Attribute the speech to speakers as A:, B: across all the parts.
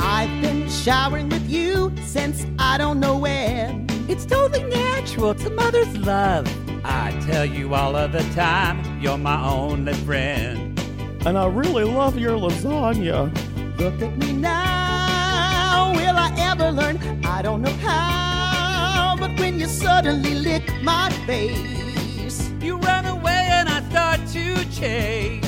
A: I've been showering with you since I don't know when.
B: It's totally natural. It's a mother's love.
C: I tell you all of the time, you're my only friend.
D: And I really love your lasagna.
A: Look at me now. Will I ever learn? I don't know how. But when you suddenly lick my face,
C: You ran away and I start to chase.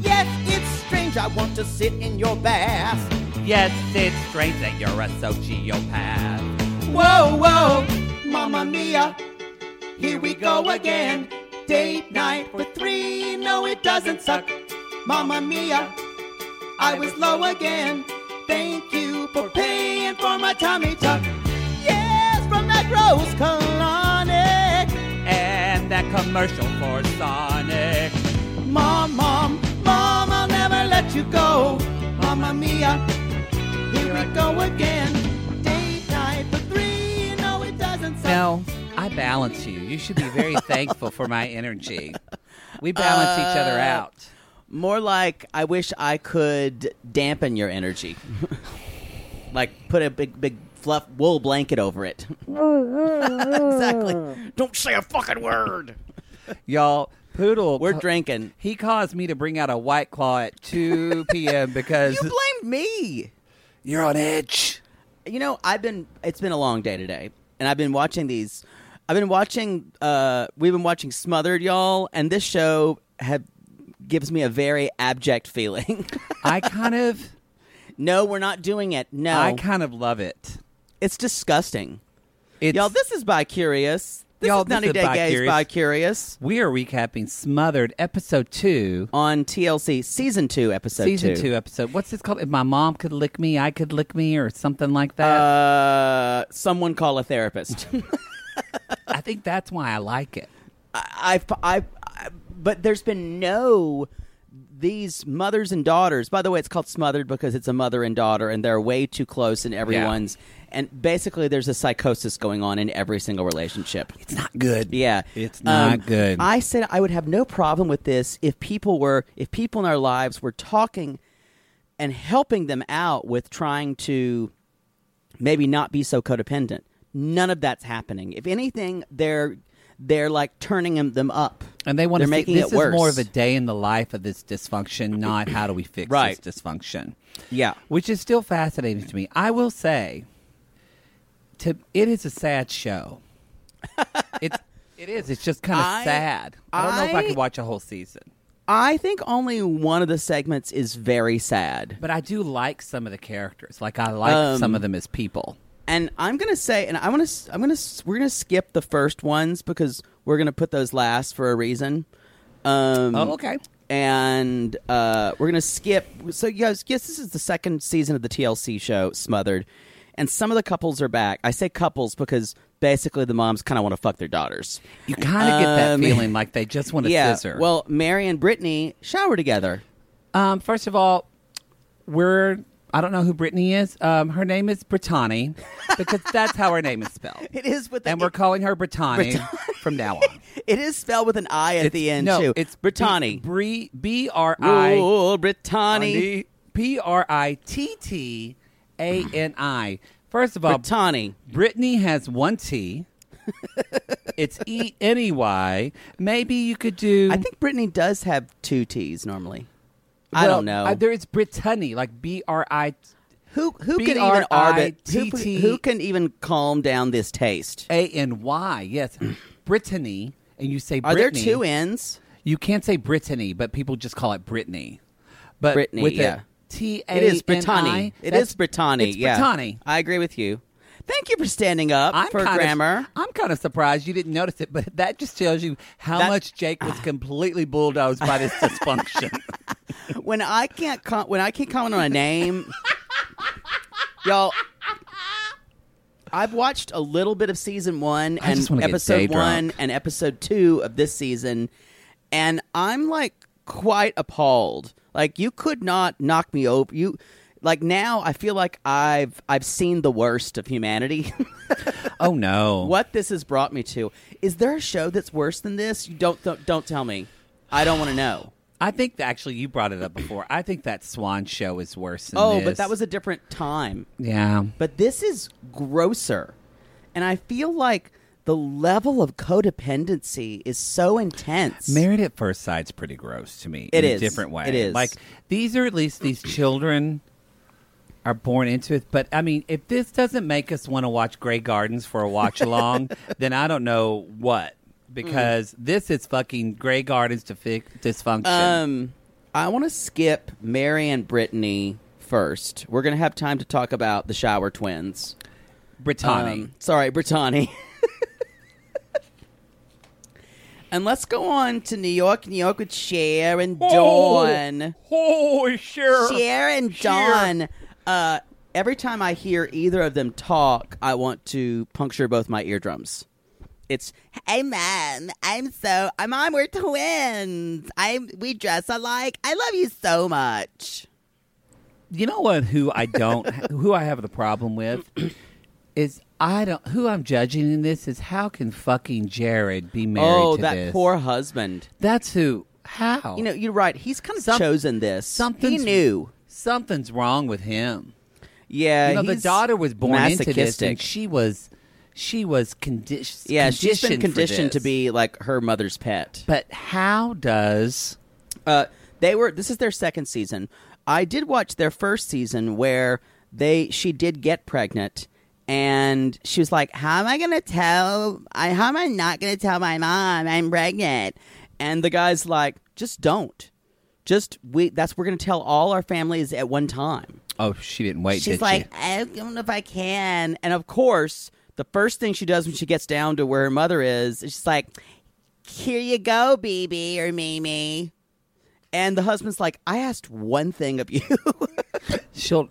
A: yes, it's strange. I want to sit in your bath.
C: Yes, it's strange that you're a sociopath.
A: Whoa, whoa, Mamma Mia, here we go again. Date night for three, no, it doesn't suck. Mamma Mia, I was low again. Thank you for paying for my tummy tuck. Yes, from that rose colonic.
C: And that commercial for Sonic.
A: Mom, mom, mom, I'll never let you go. Mamma Mia, here we go again. Date night for three, no, it doesn't suck.
C: No, I balance you. You should be very thankful for my energy. We
B: Uh,
C: balance each other out.
B: More like I wish I could dampen your energy. like put a big, big fluff wool blanket over it. exactly. Don't say a fucking word.
C: Y'all, Poodle.
B: We're drinking.
C: He caused me to bring out a white claw at 2 p.m. because
B: You blamed me.
C: you're on edge.
B: You know, I've been. It's been a long day today, and I've been watching these. I've been watching. uh We've been watching Smothered, y'all, and this show have gives me a very abject feeling.
C: I kind of,
B: no, we're not doing it. No,
C: I kind of love it.
B: it's disgusting.
C: It's,
B: Y'all, this is by Curious. This
C: Y'all,
B: is
C: this
B: 90
C: is
B: Day
C: Bi
B: Gays
C: Curious.
B: by Curious
C: we are recapping Smothered episode two,
B: on TLC season two, episode
C: season
B: two.
C: two episode. What's this called? If my mom could lick me, I could lick me, or something like that.
B: Uh, someone call a therapist.
C: I think that's why I like it.
B: I've, I've, I, but there's been no these mothers and daughters. By the way, it's called smothered because it's a mother and daughter, and they're way too close in everyone's. And basically, there's a psychosis going on in every single relationship.
C: It's not good.
B: Yeah,
C: it's
B: Um,
C: not good.
B: I said I would have no problem with this if people were if people in our lives were talking and helping them out with trying to maybe not be so codependent. None of that's happening. If anything, they're they're like turning them, them up,
C: and they want to
B: they're making
C: see, this
B: it worse.
C: is more of a day in the life of this dysfunction, not how do we fix
B: Right.
C: this dysfunction.
B: yeah.
C: which is still fascinating to me. I will say, to it is a sad show. it's it is. It's just kind
B: I-
C: of sad. I don't know if I
B: I-
C: could watch a whole season,
B: I think only one of the segments is very sad,
C: but I do like some of the characters. Like I like
B: Um,
C: some of them as people.
B: and I'm gonna say, and I want to, I'm gonna, s- we're gonna skip the first ones because we're gonna put those last for a reason. Um,
C: Oh, okay.
B: and uh, we're gonna skip. So, you guys, yes, this is the second season of the TLC show Smothered, and some of the couples are back. I say couples because basically the moms kind of want to fuck their daughters.
C: You kind of get that
B: Um,
C: feeling like they just want to
B: yeah.
C: scissor.
B: Well, Mary and Brittany shower together.
C: um, first of all, we're. I don't know who Brittany is. Um, her name is Brittany because that's how her name is spelled.
B: It is with the,
C: And we're calling her Brittany from now on.
B: it is spelled with an I at
C: It's-
B: the end
C: no,
B: too.
C: It's
B: Brittany.
C: Bri- B R I
B: Oh, Brittany.
C: P R I T T A N I. First of all,
B: Brittany.
C: Brittany has one T. it's E N E Y. Maybe you could do.
B: I think Brittany does have two T's normally. I
C: Well,
B: don't know.
C: Uh, there is Brittany, like B R I.
B: who who can even arbit? Who,
C: B-R-I-T-T.
B: who can even calm down this taste?
C: A N Y, yes, Brittany, and you say
B: Are there
C: Brittany.
B: two ends?
C: You can't say Brittany, but people just call it Brittany. But
B: Brittany,
C: with
B: yeah.
C: T A
B: It is Brittany. It is Brittany.
C: It's
B: yeah.
C: Brittany.
B: I agree with you. Thank you for standing up
C: I'm
B: for
C: kind
B: grammar.
C: Of, I'm kind of surprised you didn't notice it, but that just tells you how
B: That-
C: much Jake was completely bulldozed by this dysfunction.
B: when I can't com- when I can't comment on a name, y'all. I've watched a little bit of season one
C: I
B: and
C: just wanna get day
B: episode one
C: drunk.
B: and episode two of this season, and I'm like quite appalled. Like you could not knock me over. You like now I feel like I've I've seen the worst of humanity.
C: oh no!
B: what this has brought me to is there a show that's worse than this? You don't don't, don't tell me. I don't want to know.
C: I think that actually you brought it up before. I think that Swan Show is worse. Than
B: Oh,
C: this.
B: but that was a different time.
C: yeah.
B: But this is grosser. And I feel like the level of codependency is so intense.
C: Married at First Sight's pretty gross to me.
B: It
C: in
B: is.
C: a different way.
B: It is.
C: like these are at least these children are born into it. But I mean, if this doesn't make us want to watch Grey Gardens for a watch along, then I don't know what
B: Mm.
C: because this is fucking Grey Gardens to fix dysfunction.
B: um, I want to skip Mary and Brittany first. We're going to have time to talk about the shower twins.
C: Brittany.
B: Um, sorry, Brittany. and let's go on to New York. New York with Cher and Dawn.
C: Holy shit!
B: Cher and Dawn. Uh, every time I hear either of them talk, I want to puncture both my eardrums. It's hey man, I'm so I'm on. We're twins. I'm we dress alike. I love you so much.
C: You know what? Who I don't, who I have the problem with is I don't. Who I'm judging in this is how can fucking Jared be married
B: oh,
C: to
B: that
C: this?
B: poor husband.
C: That's who. How
B: You know, you're right. He's kind of
C: Some-
B: chosen this.
C: something's
B: he knew.
C: something's wrong with him.
B: Yeah,
C: you know, the
B: he's
C: daughter was born into this,
B: masochistic.
C: and she was, she was condi-
B: yeah,
C: conditioned.
B: she's been
C: for
B: conditioned to
C: this.
B: be like her mother's pet.
C: But how does?
B: Uh, they were. This is their second season. I did watch their first season where they she did get pregnant, and she was like, "How am I gonna tell? I how am I not gonna tell my mom I'm pregnant?" And the guy's like, "Just don't. Just we. That's we're gonna tell all our families at one time."
C: Oh, she didn't wait.
B: She's
C: did
B: like,
C: she?
B: I don't know if I can. And of course, the first thing she does when she gets down to where her mother is, is she's like, Here you go, BB or Mimi. And the husband's like, I asked one thing of you.
C: she'll.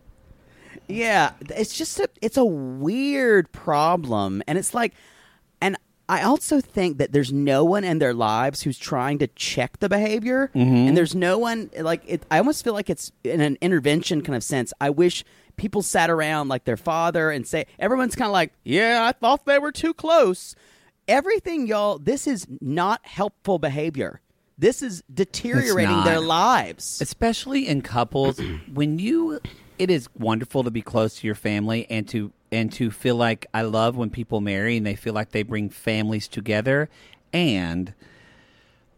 B: yeah. It's just a it's a weird problem. And it's like and I also think that there's no one in their lives who's trying to check the behavior, and there's no one like it, I almost feel like it's in an intervention kind of sense. I wish people sat around like their father and say everyone's kind of like, "Yeah, I thought they were too close." Everything, y'all, this is not helpful behavior. This is deteriorating
C: not.
B: their lives.
C: especially in couples when you it is wonderful to be close to your family and to and to feel like i love when people marry and they feel like they bring families together and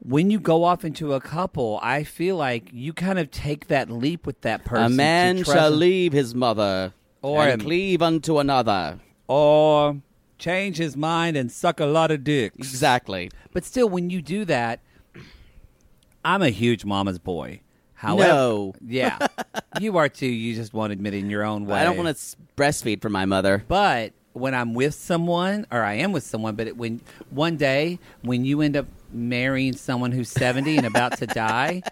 C: when you go off into a couple i feel like you kind of take that leap with that person
B: a
C: to
B: man
C: trust-
B: shall leave his mother
C: Or
B: and
C: a-
B: cleave unto another.
C: or change his mind and suck a lot of dicks
B: Exactly.
C: but still when you do that i'm a huge mama's boy However,
B: No.
C: yeah, you are too. You just won't admit it in your own way.
B: I don't want to breastfeed for my mother.
C: But when I'm with someone, or I am with someone, but it, when one day when you end up marrying someone who's 70 and about to die,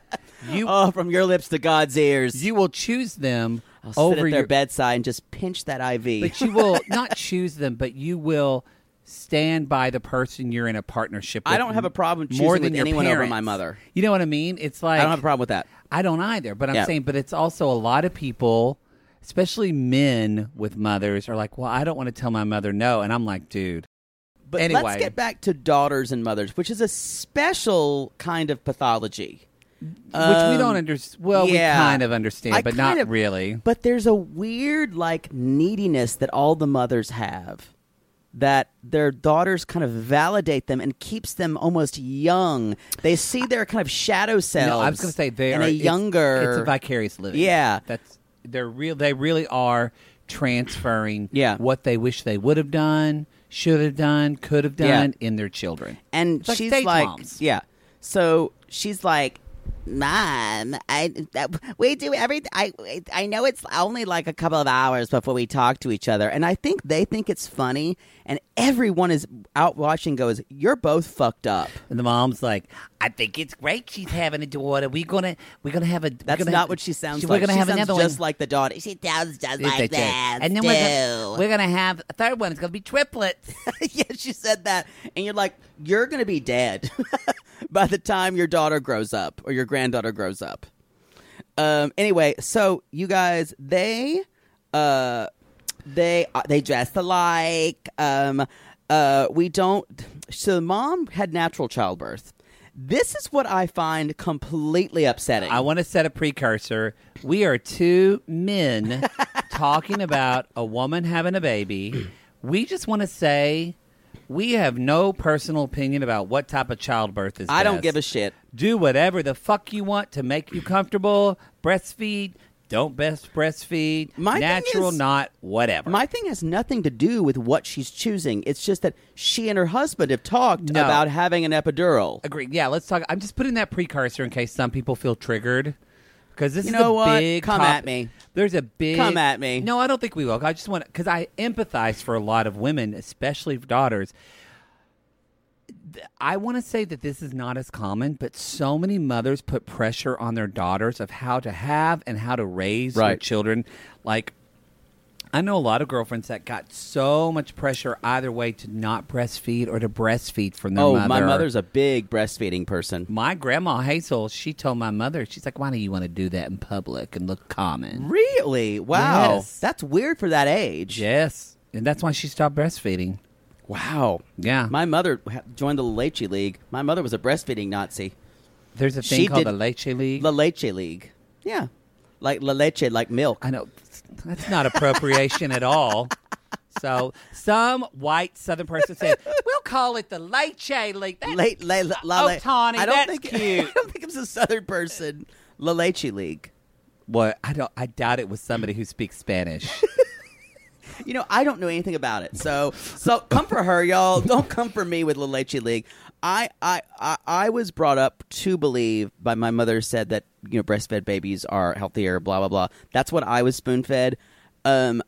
C: you
B: Oh, from your lips to God's ears.
C: you will choose them
B: I'll sit
C: over
B: at their
C: your
B: bedside and just pinch that IV.
C: but you will not choose them, but you will stand by the person you're in a partnership. with
B: I don't have a problem
C: more
B: choosing
C: than
B: with
C: your
B: anyone over my
C: parents.
B: mother.
C: You know what I mean? It's like
B: I don't have a problem with that.
C: I don't either, but I'm
B: Yeah.
C: saying, but it's also a lot of people, especially men with mothers, are like, well, I don't want to tell my mother no. And I'm like, dude,
B: But
C: Anyway.
B: let's get back to daughters and mothers, which is a special kind of pathology.
C: which we
B: Um,
C: don't understand. Well,
B: yeah.
C: we kind of understand,
B: I
C: but
B: kind
C: not
B: of-
C: really.
B: But there's a weird like neediness that all the mothers have. that their daughters kind of validate them and keeps them almost young. They see their kind of shadow selves.
C: No, I was going to say they
B: and
C: are
B: a
C: it's-
B: younger.
C: It's, a vicarious living.
B: Yeah.
C: that's they're real. They really are transferring.
B: Yeah.
C: what they wish they would have done, should have done, could have
B: Yeah.
C: done in their children.
B: and
C: It's like
B: she's
C: date
B: like,
C: moms.
B: yeah. So she's like, Mom, I that, we do everything. I I know it's only like a couple of hours before we talk to each other, and I think they think it's funny, and everyone is out watching. Goes, you're both fucked up.
C: And the mom's like, I think it's great she's having a daughter. We're gonna we're gonna have a we're
B: That's
C: gonna
B: not
C: have-
B: what she sounds
C: We're
B: like.
C: gonna
B: she
C: have
B: sounds
C: another
B: just
C: one.
B: like the daughter. She sounds just
C: Yes,
B: like
C: they do.
B: that.
C: and then we're gonna, we're gonna have a third one. It's gonna be triplets.
B: yeah, she said that. And you're like, you're going to be dead by the time your daughter grows up or your granddaughter grows up. Um, anyway, so you guys, they, uh, they, uh, they dress alike. Um, uh, we don't, so mom had natural childbirth. This is what I find completely upsetting.
C: I want to set a precursor. We are two men talking about a woman having a baby. We just want to say we have no personal opinion about what type of childbirth is.
B: I don't
C: best.
B: give a shit.
C: Do whatever the fuck you want to make you comfortable. Breastfeed. Don't best breastfeed.
B: My thing
C: Natural,
B: is-
C: not whatever.
B: My thing has nothing to do with what she's choosing. It's just that she and her husband have talked
C: No.
B: about having an epidural.
C: Agreed. Yeah, let's talk. I'm just putting that precursor in case some people feel triggered. Because this
B: You
C: is
B: know
C: a
B: what?
C: big
B: Come
C: top-
B: at me.
C: There's a big
B: Come at me.
C: No, I don't think we will. I just want because I empathize for a lot of women, especially daughters. Th- I want to say that this is not as common, but so many mothers put pressure on their daughters of how to have and how to raise their
B: Right.
C: children. Like I know a lot of girlfriends that got so much pressure either way to not breastfeed or to breastfeed from their
B: oh,
C: mother.
B: my mother's a big breastfeeding person.
C: My grandma Hazel, she told my mother, she's like, "Why do you want to do that in public and look common?"
B: Really? Wow.
C: Yes.
B: That's weird for that age.
C: Yes, and that's why she stopped breastfeeding.
B: Wow.
C: Yeah.
B: My mother ha- joined the La Leche League. My mother was a breastfeeding Nazi.
C: There's a thing
B: She
C: called
B: did-
C: the Leche League.
B: La Leche League. Yeah. Like La Leche, like milk.
C: I know that's not appropriation at all. So some white Southern person said, "We'll call it the Leche League." That's
B: Late, la, la, la,
C: Oh, Tawny,
B: I don't
C: that's
B: think,
C: cute.
B: I don't think it was a Southern person. La Leche League.
C: what I don't. I doubt it was somebody who speaks Spanish.
B: You know, I don't know anything about it. So, so come for her, y'all. Don't come for me with La Leche League. I, I, I, I was brought up to believe by my mother said that you know breastfed babies are healthier. Blah blah blah. That's what I was spoon fed. Um,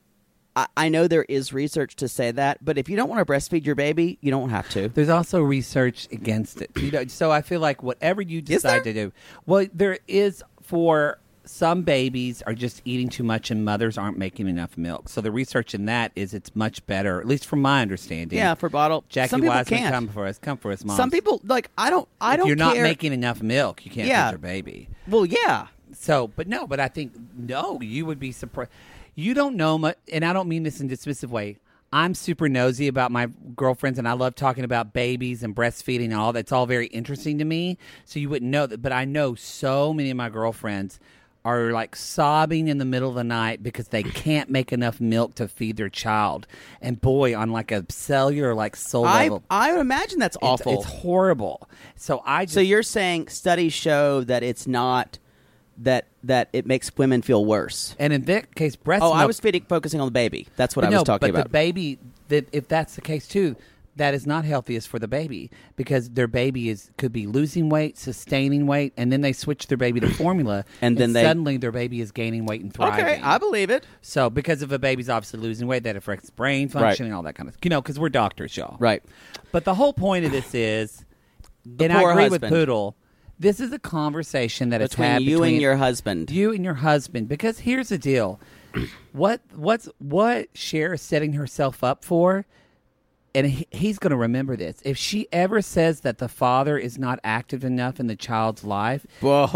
B: I, I know there is research to say that, but if you don't want to breastfeed your baby, you don't have to.
C: There's also research against it. You know, so I feel like whatever you decide to do, well, there is for some babies are just eating too much and mothers aren't making enough milk. So the research in that is it's much better, at least from my understanding.
B: Yeah, for bottle-
C: Jackie
B: some people
C: Wiseman,
B: can't.
C: come for us, come for us, mom.
B: Some people like I don't. I
C: if
B: don't.
C: You're not
B: care-
C: making enough milk. You can't
B: Yeah.
C: feed your baby.
B: Well, yeah.
C: So, but no, but I think no, you would be surprised. You don't know much, and I don't mean this in a dismissive way. I'm super nosy about my girlfriends, and I love talking about babies and breastfeeding and all. That's all very interesting to me. So you wouldn't know that, but I know so many of my girlfriends are like sobbing in the middle of the night because they can't make enough milk to feed their child. And boy, on like a cellular, like soul
B: I,
C: level,
B: I would imagine that's
C: it's-
B: awful.
C: It's, horrible. So I just,
B: So you're saying studies show that it's not that that it makes women feel worse.
C: and in that case, breast.
B: Oh, I
C: milk-
B: was feeding, focusing on the baby. That's what I
C: But
B: was
C: no,
B: talking
C: but
B: about.
C: the baby, that if that's the case too, that is not healthiest for the baby because their baby is could be losing weight, sustaining weight, and then they switch their baby to formula,
B: And then they-
C: suddenly their baby is gaining weight and thriving.
B: okay, I believe it.
C: so because if a baby's obviously losing weight, that affects brain function and all that kind of you know because we're doctors, y'all.
B: Right.
C: But the whole point of this is,
B: poor
C: and I agree with
B: husband.
C: Poodle. This is a conversation that is
B: Between
C: had
B: you
C: between
B: and your husband.
C: you and your husband because here's the deal what what's what Cher is setting herself up for and he, he's going to remember this if she ever says that the father is not active enough in the child's life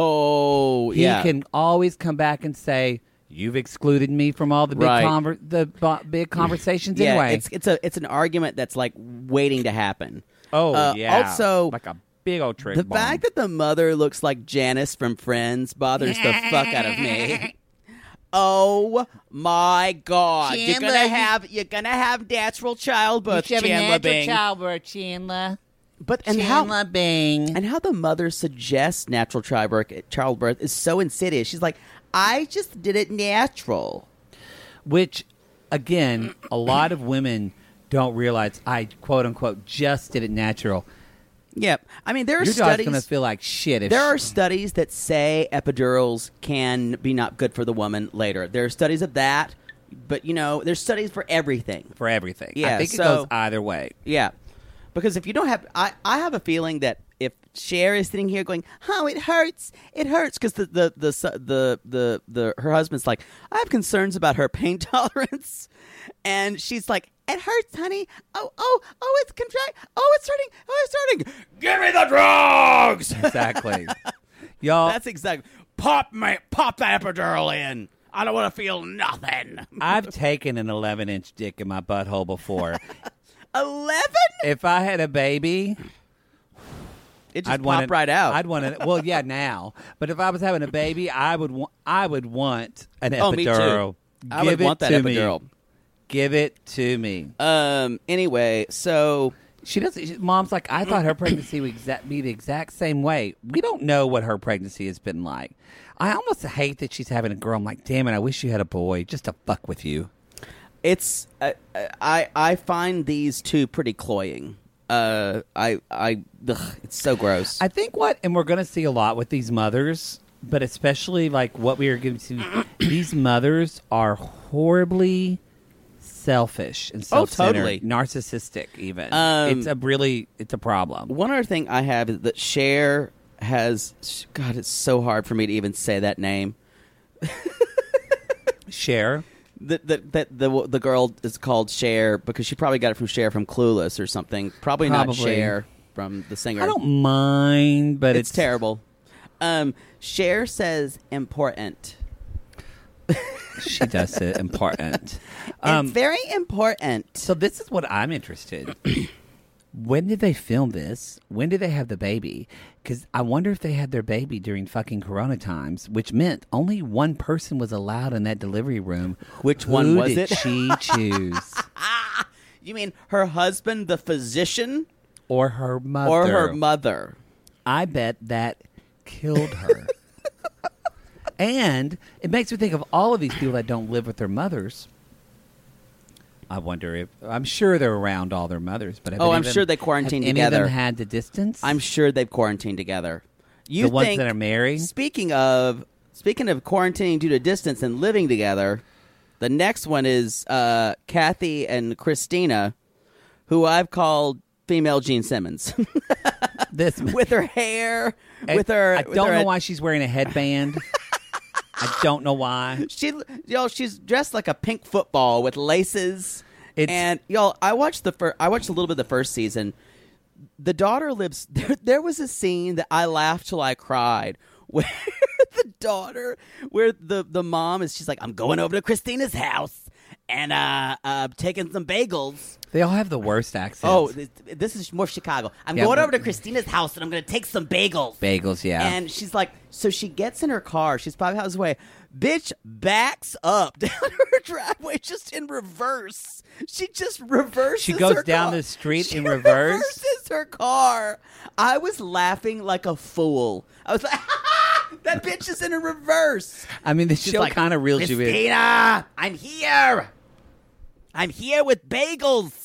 B: Whoa.
C: he
B: yeah.
C: can always come back and say you've excluded me from all the big
B: Right.
C: conver- the bo- big conversations
B: yeah,
C: anyway
B: it's it's a it's an argument that's like waiting to happen.
C: oh
B: Uh,
C: yeah
B: Also,
C: like a big old trick
B: the
C: bomb.
B: fact that the mother looks like Janice from Friends bothers the fuck out of me. Oh my God! you're
C: Chandler,
B: gonna
C: you-
B: have you're gonna have natural childbirth,
C: You should have a
B: Chandler
C: natural
B: Bing.
C: childbirth, Chandler.
B: But and
C: Chandler
B: how
C: Bing.
B: and how the mother suggests natural childbirth childbirth is so insidious. She's like, I just did it natural.
C: Which, again, a lot of women don't realize I quote unquote just did it natural.
B: Yep. I mean, there are
C: Your daughter's
B: studies.
C: gonna feel like shit if
B: There
C: she-
B: are studies that say epidurals can be not good for the woman later. There are studies of that, but you know, there's studies for everything.
C: for everything. I
B: Yeah,
C: think it
B: so-
C: goes either way.
B: Yeah. Because if you don't have, I, I have a feeling that if Cher is sitting here going, "Oh, it hurts, it hurts," because the the, the su- the the the her husband's like, "I have concerns about her pain tolerance," and she's like, "It hurts, honey. Oh, oh, oh, it's contract. Oh, it's hurting. Oh, it's hurting. Give me the drugs."
C: Exactly. Y'all
B: That's exactly. Pop my pop the epidural in. I don't want to feel nothing.
C: I've taken an eleven inch dick in my butthole before.
B: Eleven.
C: if I had a baby
B: It just
C: I'd
B: popped
C: want it,
B: right out.
C: I'd want it. Well, yeah, now. But if I was having a baby, I would want. I would want an
B: Oh, me too.
C: epidural.
B: I
C: Give
B: would
C: it
B: want that
C: to
B: epidural.
C: Me. Give it to me.
B: Um. Anyway, so
C: She doesn't. She, Mom's like, I thought her pregnancy would exact, be the exact same way. We don't know what her pregnancy has been like. I almost hate that she's having a girl. I'm like, damn it, I wish you had a boy just to fuck with you.
B: it's uh, I I find these two pretty cloying. Uh, I I ugh, it's so gross.
C: I think what, and we're going to see a lot with these mothers, but especially like what we are going to, these mothers are horribly selfish and
B: Oh,
C: self-centered,
B: totally.
C: narcissistic. Even
B: Um,
C: it's a really, it's a problem.
B: One other thing I have is that Cher has. God, it's so hard for me to even say that name.
C: Share.
B: That that that the the girl is called Cher because she probably got it from Cher from Clueless or something. Probably, not
C: Probably.
B: Cher from the singer.
C: I don't mind, but
B: it's, terrible. Um, Cher says important.
C: She does it important.
B: it's very important.
C: Um, So this is what I'm interested. when did they film this? When did they have the baby? Because I wonder if they had their baby during fucking Corona times, which meant only one person was allowed in that delivery room.
B: Which
C: Who
B: one was
C: did
B: it?
C: She choose
B: You mean her husband, the physician,
C: or her mother
B: or her mother?
C: I bet that killed her. and it makes me think of all of these people that don't live with their mothers. I wonder if I'm sure they're around all their mothers, but have
B: Oh,
C: any
B: I'm
C: of them-
B: sure they quarantined
C: have any Of
B: together.
C: them had the distance.
B: I'm sure they've quarantined together. You
C: The ones
B: think-
C: that are married?
B: Speaking of speaking of quarantining due to distance and living together, the next one is uh, Kathy and Christina, who I've called female Gene Simmons
C: this
B: with her hair,
C: I-
B: with her.
C: I
B: with
C: don't
B: her-
C: know why she's wearing a headband. I don't know why.
B: She, y'all, she's dressed like a pink football with laces.
C: It's-
B: and y'all, I watched the first. I watched a little bit of the first season. The daughter lives. There, there was a scene that I laughed till I cried. Where the daughter, where the the mom is, she's like, "I'm going over to Christina's house and uh, uh taking some bagels."
C: They all have the worst accents.
B: Oh, this, this is more Chicago. I'm
C: Yeah,
B: going
C: but-
B: over to Christina's house and I'm going to take some bagels.
C: bagels, yeah.
B: And she's like, so she gets in her car. She's five houses away. Bitch backs up down her driveway just in reverse. She just reverses.
C: She goes
B: her
C: down
B: car.
C: the street
B: She
C: in reverse?
B: Reverses her car. I was laughing like a fool. I was like, that bitch is in a reverse.
C: I mean, the
B: She's
C: show
B: like,
C: kind of reels you in.
B: Christina, I'm here. I'm here with bagels.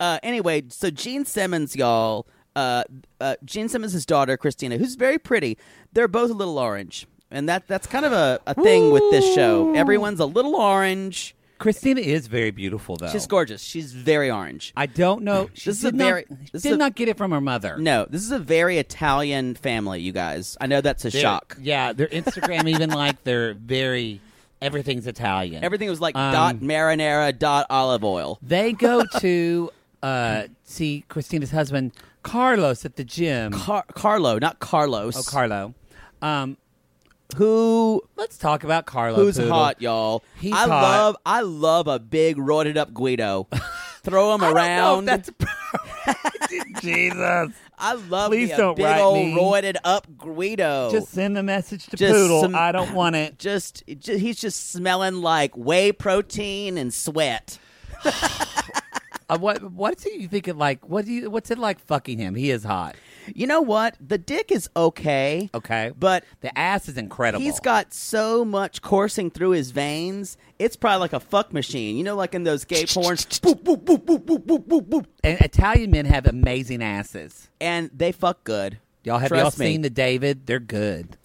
B: Uh, anyway, so Gene Simmons, y'all. Uh, uh, Gene Simmons' daughter, Christina, who's very pretty. They're both a little orange, and that that's kind of a, a thing with this show. Everyone's a little orange.
C: Christina is very beautiful, though.
B: She's gorgeous. She's very orange.
C: Oh. I don't know. She
B: This is
C: did
B: a
C: not,
B: very-
C: she
B: this is
C: did
B: a-
C: not get it from her mother.
B: No, this is a very Italian family, you guys. I know that's a
C: They're-
B: shock.
C: Yeah, their Instagram even like they're very everything's Italian.
B: Everything was like
C: Um,
B: dot marinara, dot olive oil.
C: They go to uh, see Christina's husband Carlos at the gym.
B: Car- Carlo, not Carlos.
C: oh, Carlo. Um,
B: who
C: let's talk about Carlo.
B: Who's
C: Poodle.
B: hot, y'all?
C: He's
B: I
C: hot.
B: love I love a big roided up Guido. Throw him
C: I don't know if
B: around.
C: that's a problem.
E: Jesus.
B: I love
E: Please
B: me a
E: don't
B: big
E: write
B: old
E: me.
B: roided up Guido.
E: Just send the message to
B: Oh. Just
E: Poodle.
B: some-
E: I don't want it.
B: just, ju- he's just smelling like whey protein and sweat.
C: Uh, what what's it you thinking like what do you what's it like fucking him? He is hot.
B: You know what? The dick is okay.
C: Okay.
B: But
C: The ass is incredible.
B: He's got so much coursing through his veins. It's probably like a fuck machine. You know, like in those gay porns. boop, boop, boop, boop, boop, boop, boop, boop.
C: and Italian men have amazing asses.
B: And they fuck good.
C: Y'all have
B: Trust
C: y'all
B: me.
C: seen the David? They're good.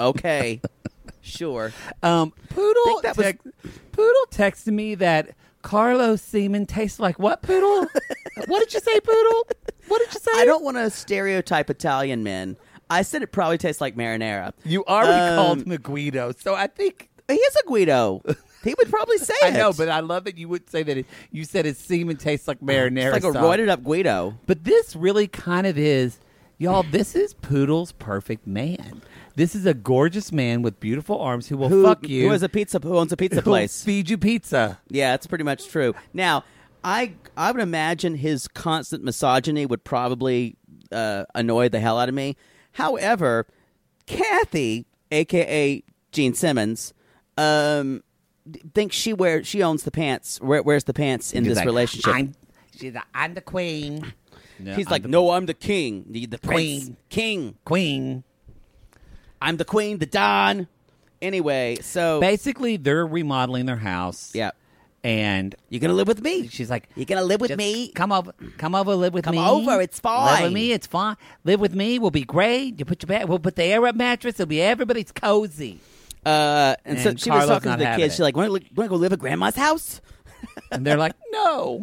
B: Okay. sure.
C: Um, Poodle,
B: Think that was-
C: tex- Poodle texted me that Carlos semen tastes like what? Poodle? what did you say? Poodle? What did you say?
B: I don't want to stereotype Italian men. I said it probably tastes like marinara.
C: You already
B: Um,
C: called him a Guido, so I think
B: He is a Guido. He would probably say
C: I
B: it.
C: know. But I love that you would say that. It, you said his semen tastes like marinara.
B: it's like a
C: sauce.
B: roided up Guido.
C: But this really kind of is, y'all, this is Poodle's perfect man. This is a gorgeous man with beautiful arms who will fuck you.
B: Who is a pizza? Who owns a pizza
C: who will
B: place?
C: Feed you pizza.
B: Yeah, that's pretty much true. Now, I I would imagine his constant misogyny would probably uh, annoy the hell out of me. However, Kathy, aka Gene Simmons, um, d- thinks she wears she owns the pants. Where, wears the pants in
C: He's
B: this
C: like,
B: relationship?
C: I'm, she's like, I'm the queen.
B: He's like, no, I'm the king, the, the prince,
C: Queen.
B: king.
C: queen.
B: I'm the queen, the don. Anyway, so
C: Basically, they're remodeling their house.
B: yeah,
C: And
B: you're gonna live with me.
C: she's like,
B: you're gonna live with
C: "Just
B: me.
C: Come over, come over, live with
B: Come
C: me.
B: over, it's
C: Live
B: fine."
C: with me, it's fine. Live with me, we'll be great. You put your bed, we'll put the air up mattress. It'll be everybody's cozy.
B: Uh, and, so
C: And
B: she
C: Carla's
B: was talking
C: not
B: to the
C: having
B: kids.
C: it.
B: She's like, "Want to go live at grandma's house?
C: And they're like, no,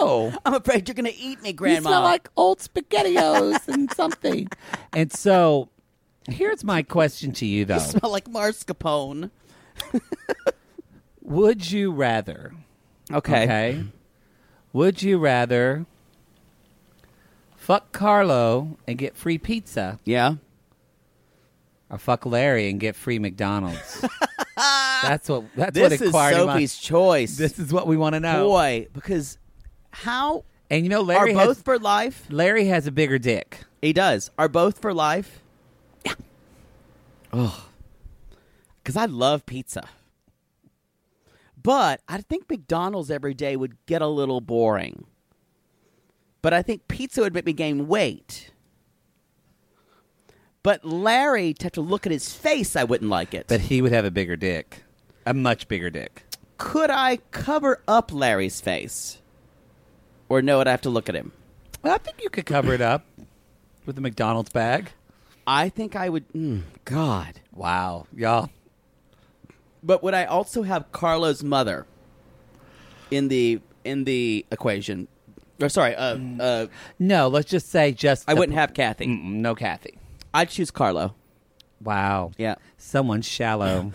C: no.
B: I'm afraid you're gonna eat me,
C: You
B: grandma."
C: smell like old spaghettios and something. And so, here's my question to you, though:
B: smell like mascarpone.
C: Would you rather?
B: Okay.
C: Okay. Would you rather fuck Carlo and get free pizza,
B: Yeah.
C: or fuck Larry and get free McDonald's? that's what. That's what
B: This is
C: inquired in my-
B: Sophie's choice,
C: This is what we want to know.
B: boy, because how
C: And you know, Larry
B: are both
C: has
B: for life?
C: Larry has a bigger dick.
B: He does. Are both for life? Yeah. Because I love pizza. But I think McDonald's every day would get a little boring. But I think pizza would make me gain weight. But Larry, to have to look at his face, I wouldn't like it.
C: But he would have a bigger dick, a much bigger dick.
B: could I cover up Larry's face? Or no, would I have to look at him?
C: Well, I think you could cover it up with a McDonald's bag.
B: I think I would. Mm, God.
C: Wow, y'all.
B: But would I also have Carlo's mother in the in the equation? Or sorry, uh,
C: Mm.
B: uh,
C: No, let's just say just
B: I
C: the-
B: wouldn't have Kathy.
C: Mm-mm, no Kathy.
B: I'd choose Carlo.
C: Wow.
B: Yeah.
C: Someone shallow.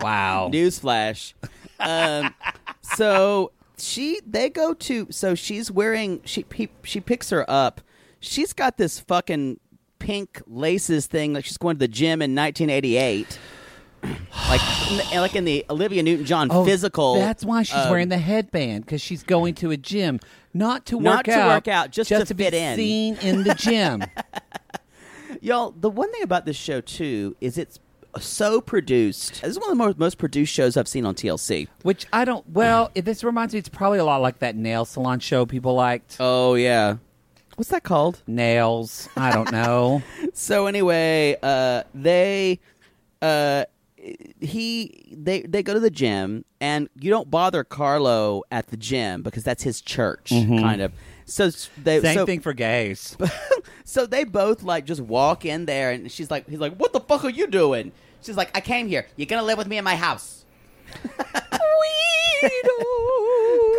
C: wow.
B: Newsflash. um, so she they go to so she's wearing she he, she picks her up. She's got this fucking pink laces thing like she's going to the gym in 1988. Like, in the- like in the Olivia Newton-John
C: Oh,
B: physical.
C: That's why she's
B: um,
C: wearing the headband because she's going to a gym, not to
B: Not
C: work
B: to
C: out,
B: work out, just to
C: be
B: fit in.
C: seen in the gym.
B: Y'all, the one thing about this show too is it's so produced. This is one of the most, most produced shows I've seen on TLC.
C: which I don't. Well, it, this reminds me. It's probably a lot like that nail salon show people liked.
B: Oh yeah, what's that called?
C: Nails. I don't know.
B: So anyway, uh, they, uh, he, they, they go to the gym, and you don't bother Carlo at the gym because that's his church, kind of. So s- they
C: Same
B: so,
C: thing for gays.
B: So they both like just walk in there, and she's like, he's like, "What the fuck are you doing?" She's like, "I came here. You're gonna live with me in my house." Guido,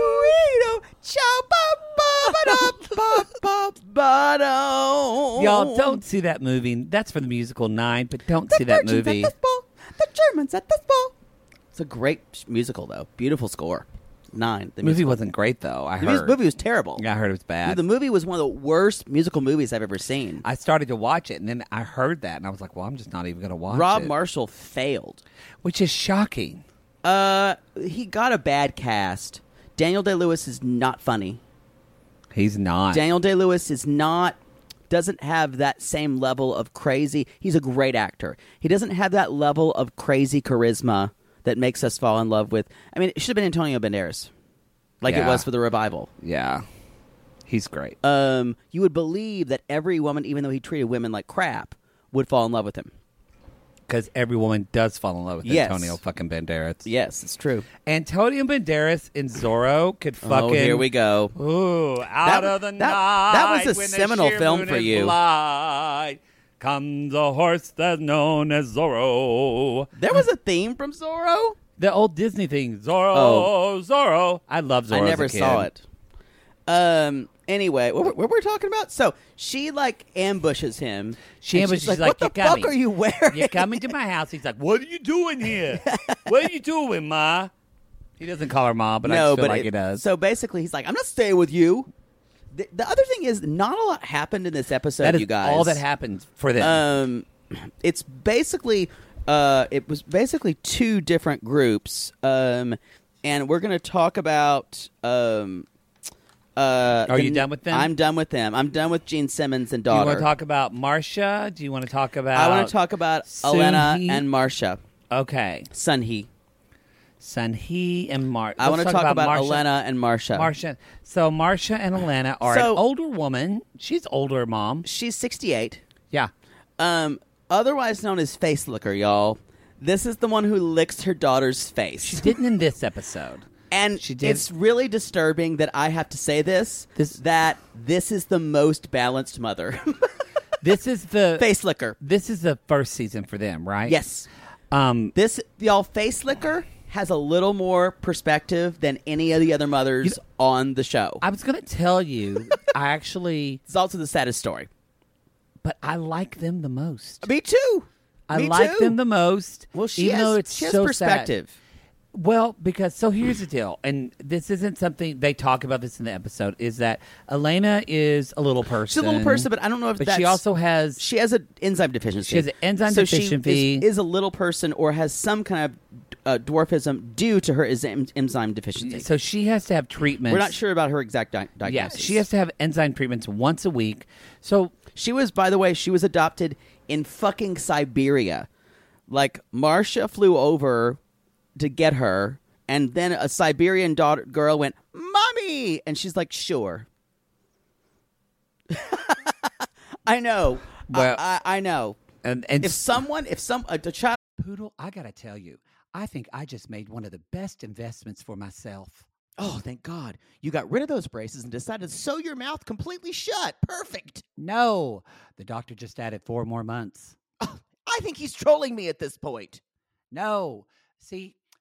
B: Guido, cha ba ba da ba ba ba da.
C: Y'all don't see that movie. That's from the musical Nine, but don't see that
B: Virgins at
C: movie.
B: this ball, the Germans at this ball. It's a great sh- musical though. Beautiful score. Nine. The
C: The movie
B: musical.
C: wasn't great though. I
B: The mus-
C: heard.
B: movie was terrible.
C: Yeah, I heard it was bad.
B: The movie was one of the worst musical movies I've ever seen.
C: I started to watch it, and then I heard that, and I was like, "Well, I'm just not even going to watch
B: Rob
C: it,"
B: Marshall failed.
C: which is shocking.
B: Uh, he got a bad cast. Daniel Day Lewis is not funny.
C: He's not.
B: Daniel Day Lewis is not doesn't have that same level of crazy. He's a great actor. He doesn't have that level of crazy charisma that makes us fall in love with. I mean, it should have been Antonio Banderas, like it
C: Yeah.
B: was for the revival.
C: yeah. He's great.
B: Um, you would believe that every woman, even though he treated women like crap, would fall in love with him.
C: Because every woman does fall in love with
B: Yes.
C: Antonio fucking Banderas.
B: Yes, it's true.
C: Antonio Banderas and Zorro could fucking.
B: oh, here we go.
C: Ooh, out
B: That-
C: of the
B: that-
C: night.
B: that was a
C: when the
B: seminal
C: sheer
B: film
C: moon
B: for
C: is
B: you.
C: Light, comes a horse that's known as Zorro.
B: There was a theme from Zorro.
C: The old Disney thing, Zorro,
B: Oh.
C: Zorro. I love Zorro.
B: I
C: as a
B: never
C: kid.
B: saw it. Um. Anyway, what, what were we talking about? So she like ambushes him.
C: She
B: and
C: ambushes,
B: She's like,
C: she's like,
B: "What the
C: "You got
B: fuck
C: me.
B: are you wearing?"
C: You come into my house. He's like, "What are you doing here? what are you doing, ma?" He doesn't call her ma, but I
B: no,
C: just feel
B: but
C: like
B: it-
C: he does.
B: So basically, he's like, "I'm not staying with you." The, the other thing is, not a lot happened in this episode.
C: that is
B: you guys,
C: all that happened for them.
B: um, it's basically uh, it was basically two different groups, um, and we're going to talk about. Um, uh,
C: Are
B: the-
C: you done with them?
B: I'm done with them. I'm done with Gene Simmons and
C: Do you
B: daughter.
C: want to talk about Marsha? Do you want to talk about?
B: I want to talk about
C: Soon
B: Elena
C: he-
B: and Marsha
C: Okay,
B: Sunhee.
C: son, he and Mar.
B: I
C: Let's
B: want to talk, about,
C: Marsha.
B: Elena and Marsha.
C: Marsha. So Marsha and Elena are
B: So-
C: an older woman. She's older, mom.
B: She's 68.
C: Yeah.
B: Um, otherwise known as Face Licker, y'all. This is the one who licks her daughter's face.
C: She didn't in this episode.
B: And
C: She did.
B: it's really disturbing that I have to say this,
C: This-
B: that this is the most balanced mother.
C: This is the
B: face licker.
C: This is the first season for them, right?
B: Yes.
C: Um,
B: This y'all face licker has a little more perspective than any of the other mothers on the show.
C: I was gonna tell you. I actually,
B: it's also the saddest story.
C: but I like them the most.
B: Me too.
C: I
B: Me
C: like
B: too.
C: them the most.
B: Well, she
C: even
B: has,
C: though it's
B: she has
C: so sad.
B: perspective.
C: Well, because so here's the deal, and this isn't something they talk about this in the episode. Is that Elena is a little person?
B: She's a little person, but I don't know if
C: But
B: that's,
C: she also has
B: she has an enzyme deficiency.
C: She has an enzyme
B: so She
C: deficiency.
B: is, is a little person or has some kind of uh, dwarfism due to her enzyme enzyme deficiency.
C: so she has to have treatments.
B: We're not sure about her exact di-
C: Yeah,
B: diagnosis.
C: she has to have enzyme treatments once a week. So
B: She was, by the way, she was adopted in fucking Siberia. Like Marcia flew over to get her, and then a Siberian daughter girl went, "Mommy," and she's like, "Sure." I know.
C: Well-
B: I, I, I know.
C: and um, and
B: If someone, if some, a, a child.
C: poodle, I gotta tell you, I think I just made one of the best investments for myself.
A: Oh, thank God. You got rid of those braces and decided to sew your mouth completely shut. Perfect.
C: No, the doctor just added four more months.
A: I think he's trolling me at this point.
C: No, see,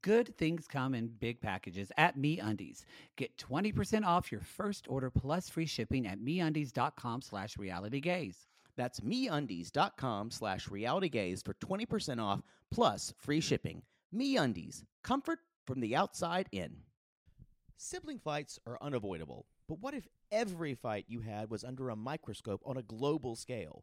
C: good things come in big packages at Me Undies. Get 20% off your first order plus free shipping at MeUndies.com slash reality gaze.
F: That's meundies.com slash realitygaze for 20% off plus free shipping. MeUndies, comfort from the outside in. Sibling fights are unavoidable, but what if every fight you had was under a microscope on a global scale?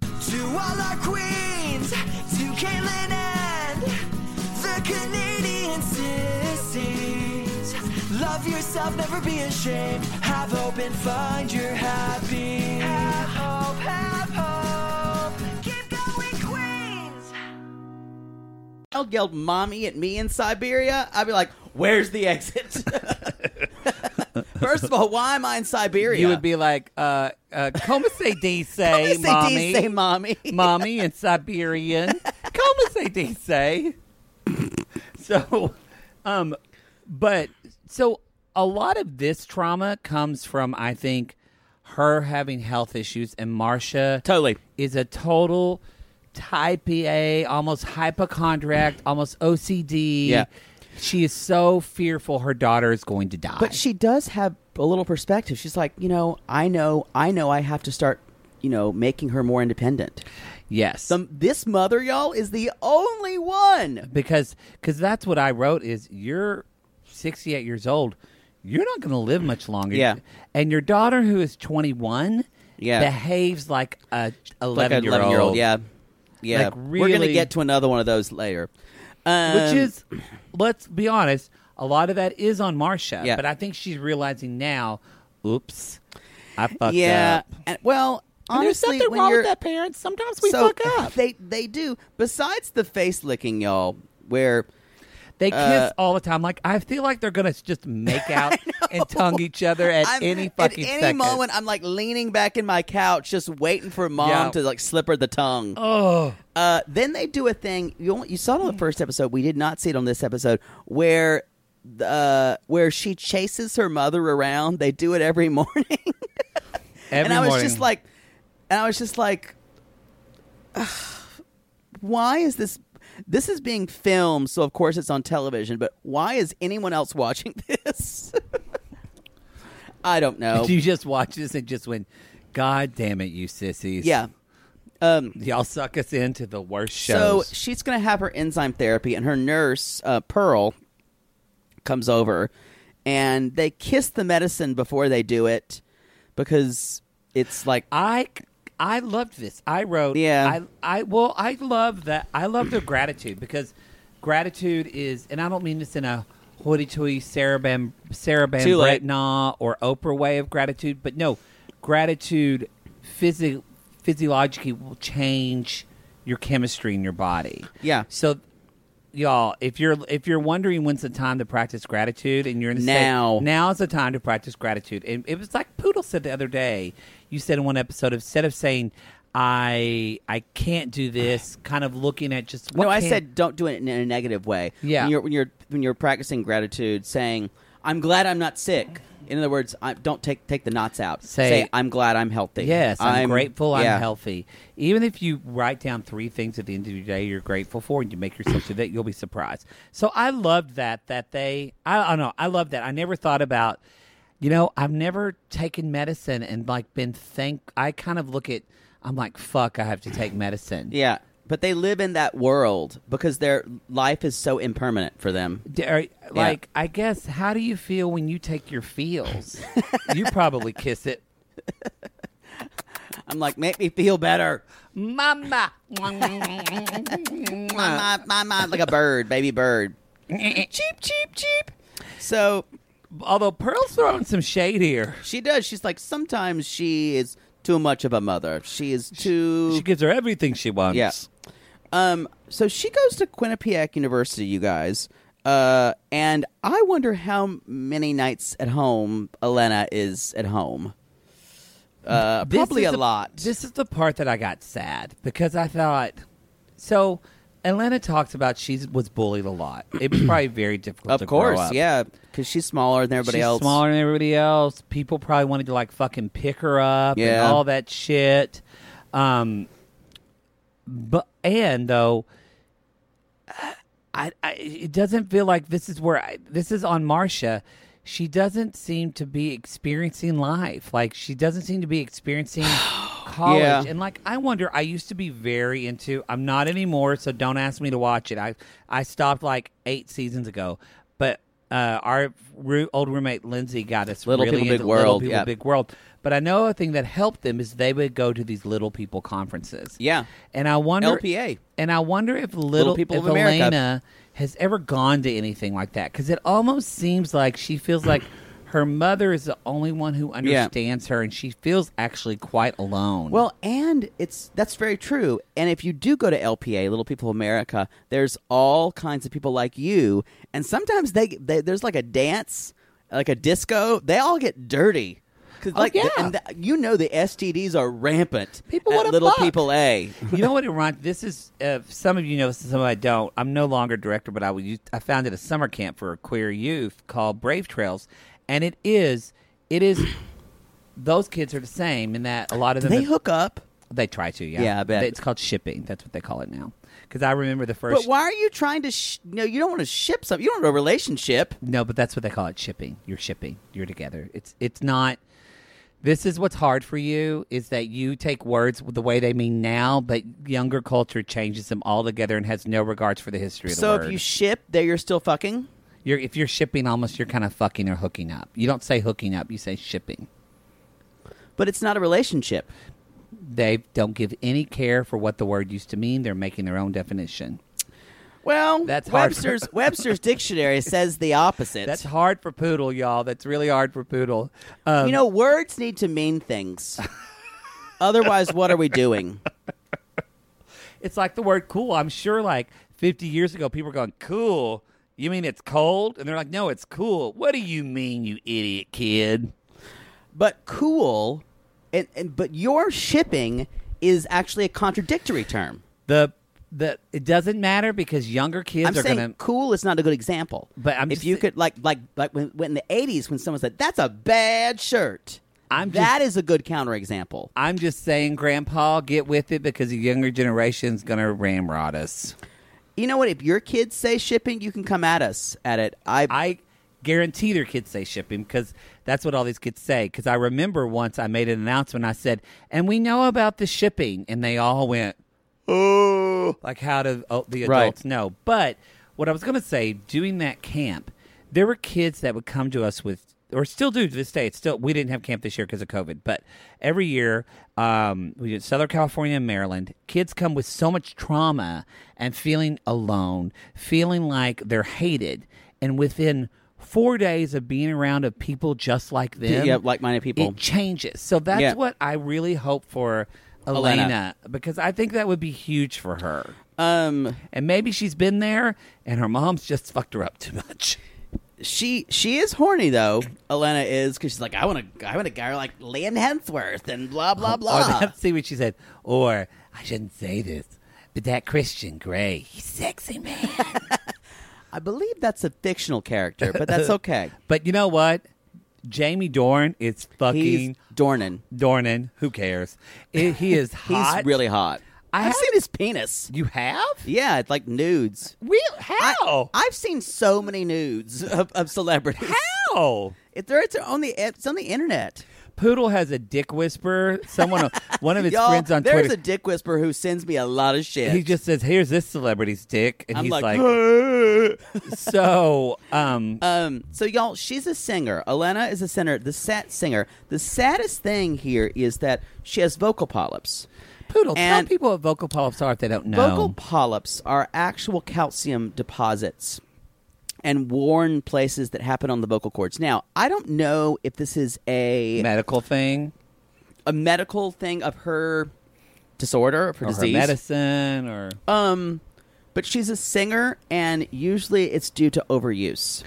A: To all our queens, to Caitlin and the Canadian sissies. Love yourself, never be ashamed. Have hope and find your happy. Have hope, have hope. Keep going, queens.
B: Child yelled "mommy" at me in Siberia. I'd be like, "Where's the exit?" First of all, why am I in Siberia?
C: You would be like, uh, uh, como se dice, mommy?
B: say mommy.
C: mommy in Siberian. como se dice? so, um, but, so a lot of this trauma comes from, I think, her having health issues, and Marcia
B: Totally.
C: is a total type A, almost hypochondriac, almost OCD.
B: Yeah.
C: She is so fearful her daughter is going to die.
B: But she does have a little perspective. She's like, you know, I know, I know, I have to start, you know, making her more independent.
C: yes.
B: The, this mother, y'all, is the only one.
C: because cause that's what I wrote is you're 68 years old. You're not going to live much longer.
B: Yeah.
C: And your daughter, who is 21,
B: Yeah.
C: behaves like a 11
B: Like an
C: year old.
B: yeah, yeah.
C: Like,
B: We're gonna
C: really-
B: get to another one of those later, um,
C: Which is, let's be honest, a lot of that is on Marcia.
B: Yeah.
C: But I think she's realizing now, oops, I fucked
B: yeah.
C: up.
B: And, well, honestly, when you're,
C: parents. Sometimes
B: so They they do. Besides the face licking, y'all, where
C: They kiss
B: uh,
C: all the time. Like I feel like they're gonna just make out and tongue each other at
B: I'm-
C: any fucking
B: at any
C: second.
B: moment I'm like leaning back in my couch, just waiting for mom
C: Yeah.
B: to like slip her the tongue.
C: Oh,
B: Uh, then they do a thing you only- you saw it on the first episode. We did not see it on this episode where. the- Uh, where she chases her mother around, they do it every morning.
C: every
B: and I was
C: morning.
B: just like, and I was just like, why is this? This is being filmed, so of course it's on television. But why is anyone else watching this? I don't know.
C: you just watch this and just went, God damn it, you sissies.
B: yeah. Um,
C: y'all suck us into the worst
B: so
C: shows.
B: she's going to have her enzyme therapy, and her nurse uh, Pearl comes over, and they kiss the medicine before they do it because it's like
C: I I loved this. I wrote.
B: Yeah.
C: I I well I love that. I love their gratitude because gratitude is, and I don't mean this in a hoity-toity Sarah Bam Sarah Bam
B: Too late.
C: Bretna or Oprah way of gratitude, but no, gratitude physi- physiologically will change your chemistry in your body.
B: Yeah.
C: So. Y'all, if you're if you're wondering when's the time to practice gratitude, and you're in the state-
B: Now.
C: now is the time to practice gratitude. And it was like Poodle said the other day. You said in one episode, instead of saying, I I can't do this, kind of looking at just what
B: no, I
C: can-
B: said don't do it in a negative way.
C: Yeah.
B: when you're when you're when you're practicing gratitude, saying "I'm glad I'm not sick." In other words, I, don't take take the knots out.
C: Say-
B: "I'm glad I'm healthy."
C: Yes, I'm, grateful.
B: yeah.
C: I'm healthy. Even if you write down three things at the end of your day you're grateful for, and you make yourself do that, you'll be surprised. So I loved that. That they, I, I don't know, I love that. I never thought about, you know, I've never taken medicine and like been thank. I kind of look at, I'm like, fuck, I have to take medicine.
B: Yeah, but they live in that world because their life is so impermanent for them.
C: D- are- like I guess, how do you feel when you take your feels? you probably kiss it,
B: I'm like, make me feel better,
C: mama.
B: mama, mama, like a bird, baby bird. cheep, cheep, cheep. So
C: Although Pearl's throwing some shade here,
B: she does. She's like, sometimes she is too much of a mother. She is too.
C: she gives her everything she wants.
B: Yeah. Um, so she goes to Quinnipiac University, you guys. Uh, and I wonder how many nights at home Elena is at home. Uh,
C: This
B: probably
C: is
B: a
C: the-
B: lot.
C: This is the part that I got sad because I thought so. Atlanta talks about she was bullied a lot. It was probably very difficult.
B: of
C: to
B: course,
C: grow up.
B: yeah, because she's smaller than everybody
C: She's
B: else.
C: smaller than everybody else. People probably wanted to like fucking pick her up and
B: Yeah.
C: all that shit. Um, but and though, I, I it doesn't feel like this is where I, this is on Marcia. She doesn't seem to be experiencing life. Like she doesn't seem to be experiencing college.
B: Yeah.
C: And like I wonder, I used to be very into. I'm not anymore, so don't ask me to watch it. I I stopped like eight seasons ago. But uh, our roo- old roommate Lindsay got us
B: Little
C: really
B: People, Big
C: into Little
B: World,
C: People
B: yeah.
C: Big World. But I know a thing that helped them is they would go to these little people conferences.
B: Yeah.
C: and I wonder
B: LPA.
C: and I wonder if little,
B: People
C: if
B: of America.
C: Elena has ever gone to anything like that because it almost seems like she feels like her mother is the only one who understands her, and she feels actually quite alone.
B: Well, and it's that's very true. And if you do go to LPA, Little People of America, there's all kinds of people like you, and sometimes they, they there's like a dance, like a disco. They all get dirty. Because like,
C: Oh, yeah.
B: and th- you know, the STDs are rampant.
C: People
B: at
C: wanna
B: little
C: fuck.
B: people a.
C: you know what, Ron? This is uh, some of you know, some of I don't. I'm no longer director, but I was used, I founded a summer camp for queer youth called Brave Trails, and it is it is those kids are the same in that a lot of
B: Do
C: them
B: they hook up?
C: they try to yeah
B: Yeah, I bet.
C: it's called shipping that's what they call it now because I remember the first
B: But why are you trying to? Sh- no, you don't want to ship something. You don't want a relationship.
C: No, but that's what they call it shipping. You're shipping. You're together. It's it's not this is what's hard for you is that you take words the way they mean now, but younger culture changes them altogether and has no regards for the history of the
B: So
C: word.
B: if you ship, there you're still fucking.
C: you're if you're shipping almost you're kind of fucking or hooking up. You don't say hooking up, you say shipping.
B: But it's not a relationship.
C: They don't give any care for what the word used to mean. They're making their own definition.
B: Well,
C: That's hard for-
B: Webster's Webster's dictionary says the opposite.
C: That's hard for poodle, y'all. That's really hard for poodle. Um,
B: you know, words need to mean things. Otherwise, what are we doing?
C: It's like the word cool. I'm sure like 50 years ago, people were going, cool. You mean it's cold? And they're like, no, it's cool. What do you mean, you idiot kid?
B: But cool, and, and but your shipping is actually a contradictory term.
C: The the it doesn't matter because younger kids
B: I'm
C: are
B: saying
C: gonna
B: cool is not a good example.
C: But I'm
B: if
C: just
B: you
C: sa-
B: could like like like when, when in the '80s when someone said that's a bad shirt,
C: I'm
B: that is a good counterexample.
C: I'm just saying, Grandpa, get with it because the younger generation's gonna ramrod us.
B: You know what? If your kids say shipping, you can come at us at it. I,
C: I guarantee their kids say shipping because that's what all these kids say. Because I remember once I made an announcement. I said, "And we know about the shipping," and they all went, "Oh, like how do oh, the
B: Right.
C: adults know?" But what I was going to say, doing that camp, there were kids that would come to us with. Or still do to this day. It's still we didn't have camp this year because of COVID, but every year um, we did Southern California and Maryland. Kids come with so much trauma and feeling alone, feeling like they're hated, and within four days of being around of people just like them,
B: Yeah, like-minded people.
C: it changes. So that's
B: Yeah.
C: what I really hope for Elena,
B: Elena.
C: because I think that would be huge for her.
B: um
C: And maybe she's been there, and her mom's just fucked her up too much.
B: she she is horny though. Elena is because she's like I want to I want a guy like Liam Hemsworth and blah blah
C: Or
B: blah.
C: that, see what she said. Or I shouldn't say this, but that Christian Gray, he's sexy man.
B: I believe that's a fictional character, but that's okay.
C: but you know what? Jamie Dorn is fucking
B: He's Dornan.
C: Dornan. Who cares? I- he is
B: He's
C: hot.
B: really hot.
C: I
B: I've
C: haven't-
B: seen his penis.
C: You have?
B: Yeah, it's like nudes.
C: Real? How?
B: I, have seen so many nudes of, of celebrities.
C: how?
B: If they're, it's on the it's on the internet.
C: Poodle has a dick whisper. Someone, one of his
B: Y'all,
C: friends on
B: there's
C: Twitter,
B: a dick whisperer who sends me a lot of shit.
C: he just says, "Here's this celebrity's dick," and
B: I'm
C: he's
B: like,
C: like, "So, um,
B: Um, so y'all, she's a singer. Elena is a singer, the sad singer. The saddest thing here is that she has vocal polyps.
C: Poodle, tell
B: and-
C: people what vocal polyps are if they don't know."
B: Vocal polyps are actual calcium deposits and worn places that happen on the vocal cords. Now, I don't know if this is a
C: medical thing,
B: a medical thing of her disorder, of her
C: or her
B: disease.
C: medicine, or
B: Um, but she's a singer, and usually it's due to overuse.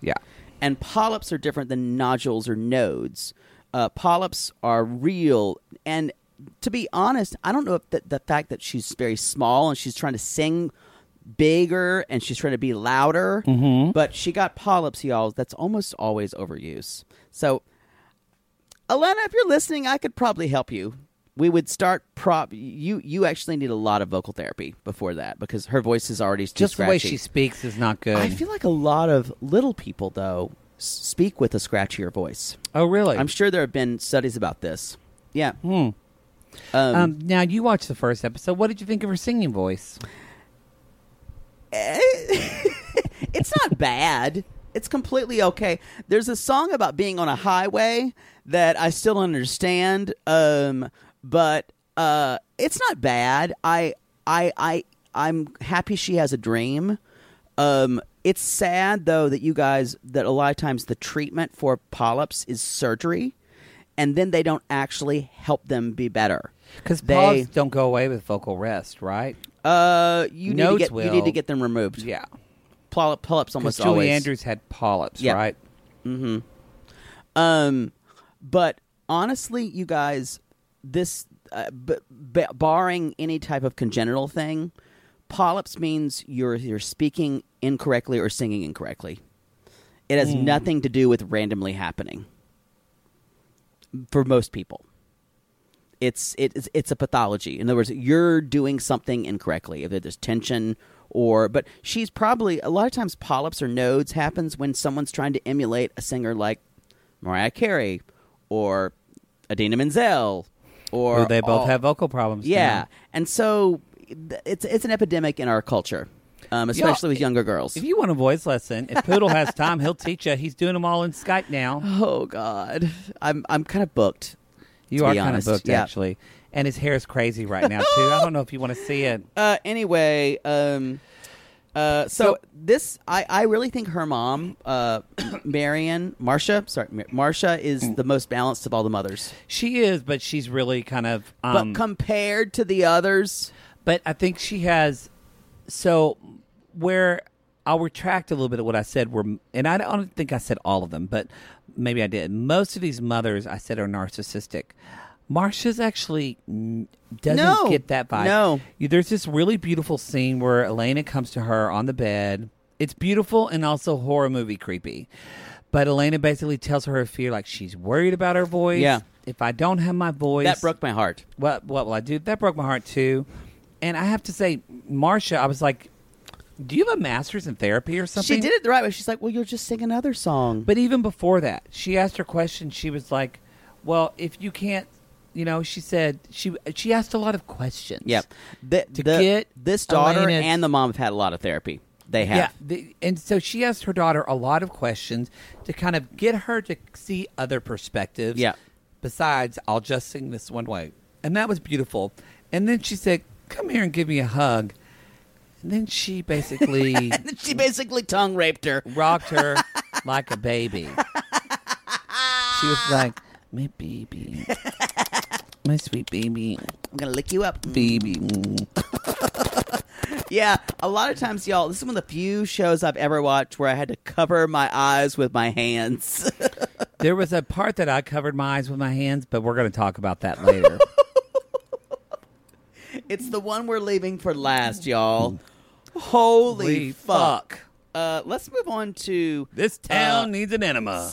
C: yeah.
B: And polyps are different than nodules or nodes. Uh, polyps are real. And to be honest, I don't know if the, the fact that she's very small and she's trying to sing bigger and she's trying to be louder,
C: Mm-hmm.
B: but she got polyps, y'all. That's almost always overuse. So, Elena, if you're listening, I could probably help you. We would start prop you. You actually need a lot of vocal therapy before that because her voice is already too
C: Just the way
B: scratchy.
C: she speaks is not good.
B: I feel like a lot of little people, though, s- speak with a scratchier voice.
C: oh, really?
B: I'm sure there have been studies about this. Yeah. Um,
C: um, now you watched the first episode. What did you think of her singing voice?
B: it's not bad. It's completely okay. There's a song about being on a highway that I still don't understand, um, but uh, it's not bad. I I I I'm happy she has a dream. Um, it's sad though that you guys that a lot of times the treatment for polyps is surgery, and then they don't actually help them be better
C: Because
B: They-
C: polyps don't go away with vocal rest, right?
B: Uh, you need to
C: Nodes
B: get you need
C: will.
B: to get them removed.
C: Yeah.
B: polyp, polyps
C: Because
B: almost
C: Julie
B: always.
C: Andrews had polyps,
B: Yeah.
C: right?
B: Um, but honestly, you guys, this, uh, b- b- barring any type of congenital thing, polyps means you're you're speaking incorrectly or singing incorrectly. It has
C: Hmm.
B: nothing to do with randomly happening. For most people, it's it- it's it's a pathology. In other words, you're doing something incorrectly. If there's tension or but she's probably a lot of times polyps or nodes happens when someone's trying to emulate a singer like Mariah Carey or Adina Menzel or
C: Well, they both
B: all-
C: have vocal problems.
B: yeah.
C: now.
B: and so th- it's it's an epidemic in our culture, um, especially with younger girls.
C: If you want a voice lesson, if Poodle has time, he'll teach you. He's doing them all in Skype now.
B: oh God, I'm I'm kind of booked.
C: You
B: to
C: are
B: be
C: kind of
B: honest.
C: booked,
B: Yeah.
C: actually. And his hair is crazy right now, too. I don't know if you want to see it.
B: Uh, anyway, um, uh, so,
C: So-
B: this I, I really think her mom, uh, Marion Marcia, sorry, Mar- Marcia is the most balanced of all the mothers,
C: She is, but she's really kind of. Um,
B: but compared to the others,
C: But I think she has. So where I'll retract a little bit of what I said. Were and I don't think I said all of them, but maybe I did. Most of these mothers I said are narcissistic. Marsha's actually mm, doesn't
B: No.
C: get that vibe.
B: No.
C: You- there's this really beautiful scene where Elena comes to her on the bed. It's beautiful and also horror movie creepy. But Elena basically tells her her fear, like she's worried about her voice.
B: Yeah.
C: If I don't have my voice,
B: that broke my heart.
C: what what will I do? That broke my heart too. And I have to say, Marcia, I was like, Do you have a master's in therapy or something?
B: She did it the right way. She's like, well, you'll just sing another song.
C: But even before that, she asked her question, she was like, Well, if you can't you know, she said she she asked a lot of questions.
B: Yep. The,
C: To
B: the-
C: get
B: this daughter
C: Elena's-
B: and the mom have had a lot of therapy. They have.
C: Yeah. the- and so she asked her daughter a lot of questions to kind of get her to see other perspectives.
B: Yeah.
C: Besides, I'll just sing this one way. And that was beautiful. And then she said, Come here and give me a hug. And then she basically
B: She basically tongue raped her.
C: rocked her like a baby. She was like, My baby. My sweet baby.
B: I'm gonna lick you up.
C: Baby.
B: Yeah, a lot of times, y'all. This is one of the few shows I've ever watched where I had to cover my eyes with my hands.
C: There was a part that I covered my eyes with my hands, but we're going to talk about that later.
B: it's the one we're leaving for last, y'all. Holy,
C: Holy
B: fuck.
C: fuck.
B: Uh, let's move on to uh,
C: This town needs an enema.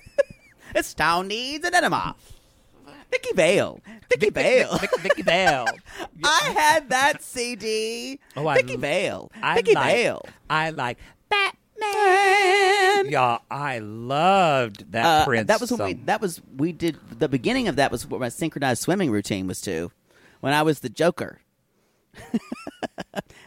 B: this town needs an enema. Vicky Vale. Vicky Vale.
C: Vic- Vicky Vale.
B: I had that CD.
C: Oh, I
B: Vicky
C: l-
B: Vale.
C: I
B: Vicky
C: like,
B: Vale.
C: I like Batman. Y'all, I loved that
B: Uh,
C: Prince.
B: that was when
C: song.
B: we that was we did the beginning of that was what my synchronized swimming routine was to when I was the Joker.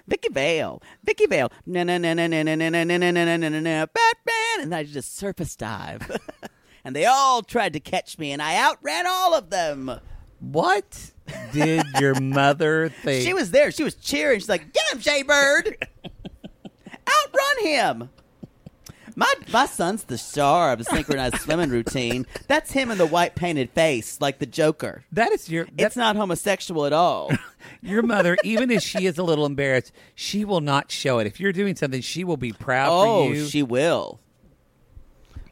B: Vicky Vale, Vicky Vale, na na na na na na na na na na na na na na Batman, and I just surface dive, and they all tried to catch me, and I outran all of them.
C: What did your mother think?
B: She was there. She was cheering. She's like, "Get him, Shaybird! Outrun him!" My my son's the star of the synchronized swimming routine. That's him in the white painted face, like the Joker.
C: That is your.
B: It's
C: That's
B: not homosexual at all.
C: your mother. Even if she is a little embarrassed, she will not show it. If you're doing something, she will be proud
B: oh,
C: for you.
B: she will.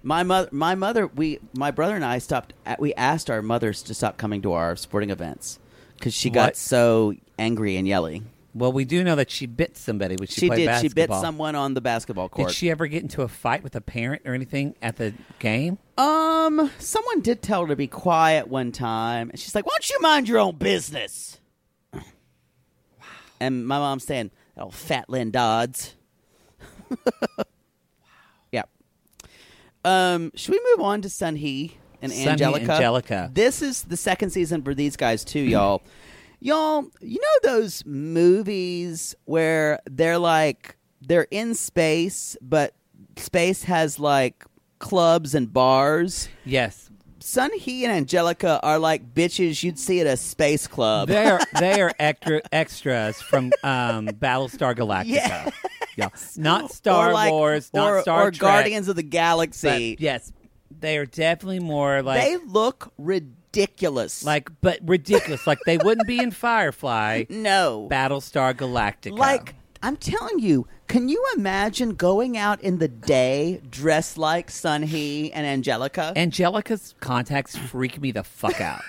B: My mother, my mother, we, my brother and I stopped. At, we asked our mothers to stop coming to our sporting events because she got
C: What?
B: so angry and yelly.
C: well, we do know that she bit somebody when she,
B: She,
C: played
B: did. She bit
C: basketball.
B: someone on the basketball court.
C: Did she ever get into a fight with a parent or anything at the game?
B: Um, someone did tell her to be quiet one time, and she's like, "Why don't you mind your own business?" And my mom's saying, "Oh, fat Lynn Dodds." wow. Yeah. Um, should we move on to Sun He and
C: Sun Hee,
B: Angelica?
C: Angelica.
B: This is the second season for these guys too, y'all. y'all, you know those movies where they're like they're in space, but space has like clubs and bars.
C: Yes.
B: Sun He and Angelica are like bitches you'd see at a space club.
C: They are they are extra, extras from um, Battlestar Galactica.
B: Yes.
C: Yeah. Not Star
B: Or like-
C: Wars, not
B: or,
C: Star
B: or
C: Trek,
B: Guardians of the Galaxy.
C: But yes, they are definitely more like
B: they look ridiculous.
C: like but ridiculous. like they wouldn't be in Firefly,
B: no,
C: Battlestar Galactica.
B: like I'm telling you, Can you imagine going out in the day dressed like Sun He and Angelica?
C: Angelica's contacts freak me the fuck out.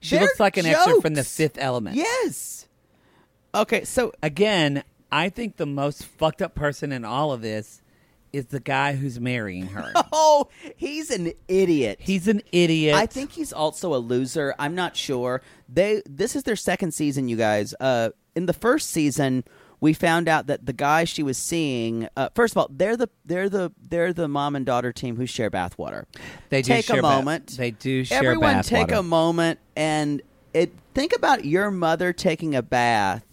C: she
B: They're
C: looks like an extra from the
B: jokes.
C: Fifth Element.
B: yes. Okay, so
C: Again, I think the most fucked up person in all of this is the guy who's marrying her.
B: oh, he's an idiot.
C: He's an idiot.
B: I think he's also a loser. I'm not sure. They this is their second season, you guys. Uh, in the first season, we found out that the guy she was seeing. Uh, first of all, they're the they're the they're the mom and daughter team who share bathwater.
C: They do
B: take
C: share
B: a
C: ba-
B: moment.
C: they do share
B: Everyone
C: bath
B: take
C: water.
B: a moment and it. Think about your mother taking a bath.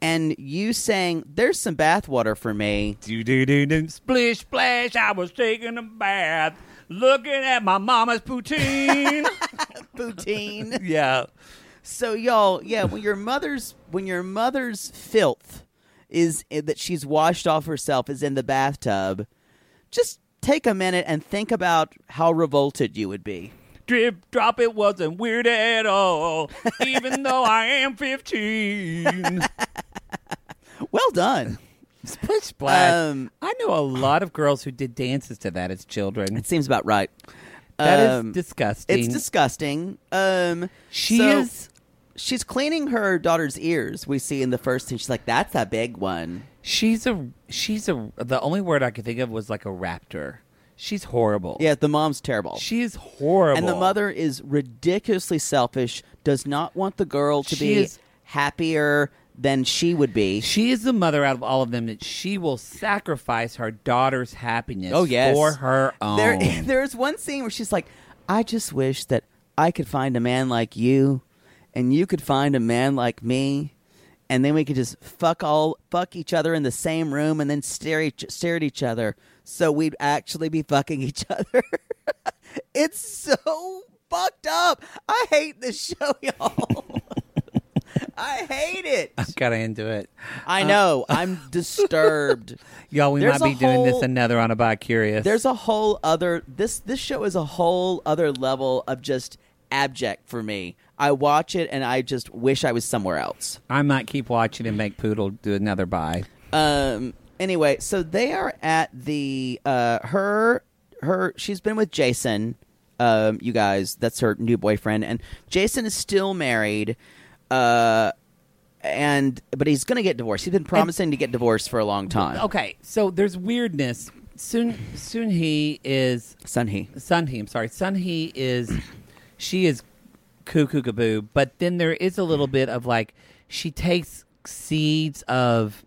B: And you saying, "There's some bathwater for me."
C: Do, do, do, do. Splish, splash, I was taking a bath, looking at my mama's poutine.
B: Poutine.
C: yeah.
B: So y'all, yeah, when your mother's when your mother's filth is eh, that she's washed off herself is in the bathtub, just take a minute and think about how revolted you would be.
C: Drip, drop, it wasn't weird at all, even though I am 15.
B: Well done.
C: Splish, splash.
B: Um,
C: I know a lot of girls who did dances to that as children.
B: It seems about right.
C: That is
B: um,
C: disgusting.
B: It's disgusting. Um,
C: She
B: so
C: is.
B: She's cleaning her daughter's ears. We see in the first scene. She's like, "That's a big one."
C: She's a. She's a. The only word I could think of was like a raptor. She's horrible.
B: Yeah, the mom's terrible.
C: She is horrible.
B: And the mother is ridiculously selfish, does not want the girl to
C: She
B: be
C: is-
B: happier than she would be.
C: She is the mother out of all of them that she will sacrifice her daughter's happiness
B: Oh, yes.
C: for her own.
B: There, there's one scene where she's like, I just wish that I could find a man like you and you could find a man like me. And then we could just fuck all, fuck each other in the same room and then stare, each, stare at each other. So we'd actually be fucking each other. it's so fucked up. I hate this show, y'all. I hate it.
C: Got into it.
B: I know. I'm disturbed.
C: Y'all, we
B: There's
C: might
B: a
C: be doing this
B: whole-
C: another on about curious.
B: There's a whole other this this show is a whole other level of just abject for me. I watch it and I just wish I was somewhere else.
C: I might keep watching and make Poodle do another buy.
B: Um anyway, so they are at the uh her her she's been with Jason. Um you guys, that's her new boyfriend and Jason is still married. Uh and but he's going to get divorced. He's been promising to get divorced for a long time.
C: Okay, so there's weirdness. Soon, soon he is
B: Son he.
C: Sunhee, I'm sorry. Sunhee is she is cuckoo gaboo, but then there is a little bit of like she takes seeds of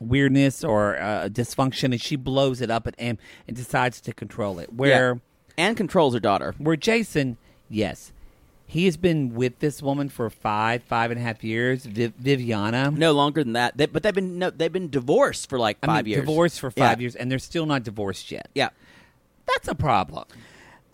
C: weirdness or uh, dysfunction and she blows it up at him and decides to control it. Where
B: and controls her daughter.
C: where Jason, yes, he has been with this woman for five five and a half years, Viv- Viviana.
B: No longer than that. They, but they've been no, they've been divorced for like
C: I
B: five
C: mean,
B: years.
C: divorced for five
B: Yeah.
C: years, and they're still not divorced yet.
B: Yeah.
C: that's a problem.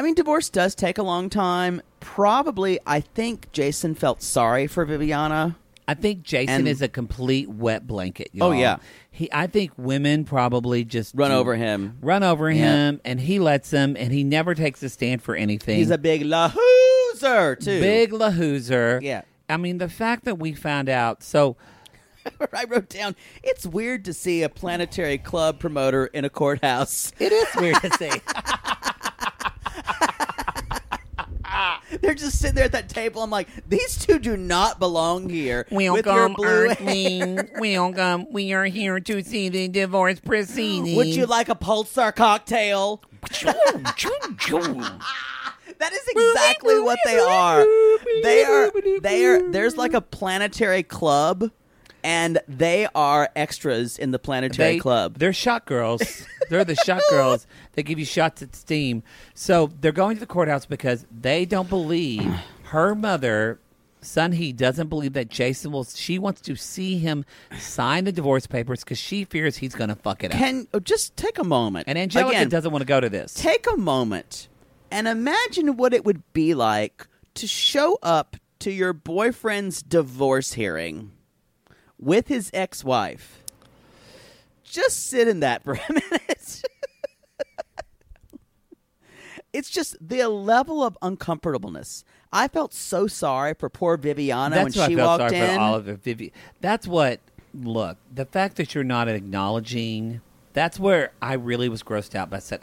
B: I mean, divorce does take a long time. Probably, I think Jason felt sorry for Viviana.
C: I think Jason
B: And-
C: is a complete wet blanket.
B: Oh,
C: y'all.
B: yeah.
C: he. I think women probably just
B: Run
C: do-
B: over him.
C: run over
B: Yeah.
C: him, and he lets him, and he never takes a stand for anything.
B: He's a big lahoozer too.
C: big lahoozer.
B: Yeah.
C: I mean the fact that we found out. So
B: I wrote down. It's weird to see a planetary club promoter in a courthouse.
C: it is weird to see.
B: They're just sitting there at that table. I'm like, these two do not belong here. with your
C: Welcome,
B: blue
C: Earthling. Welcome. We are here to see the divorce proceedings.
B: Would you like a Pulsar cocktail? That is exactly what they are. They are they are there's like a planetary club and they are extras in the planetary
C: They-
B: club.
C: They're shot girls. they're the shot girls. They give you shots at steam. So they're going to the courthouse because they don't believe her mother, Sun He, doesn't believe that Jason will. She wants to see him sign the divorce papers because she fears he's going to fuck it up.
B: Can oh, just take a moment.
C: And Angelica
B: Again,
C: doesn't want to go to this.
B: take a moment and imagine what it would be like to show up to your boyfriend's divorce hearing with his ex-wife. Just sit in that for a minute. it's just the level of uncomfortableness. I felt so sorry for poor Viviana
C: That's
B: when
C: what
B: she
C: I felt
B: walked
C: sorry
B: in.
C: for Oliver Vivi. That's what look, the fact that you're not acknowledging that's where I really was grossed out by said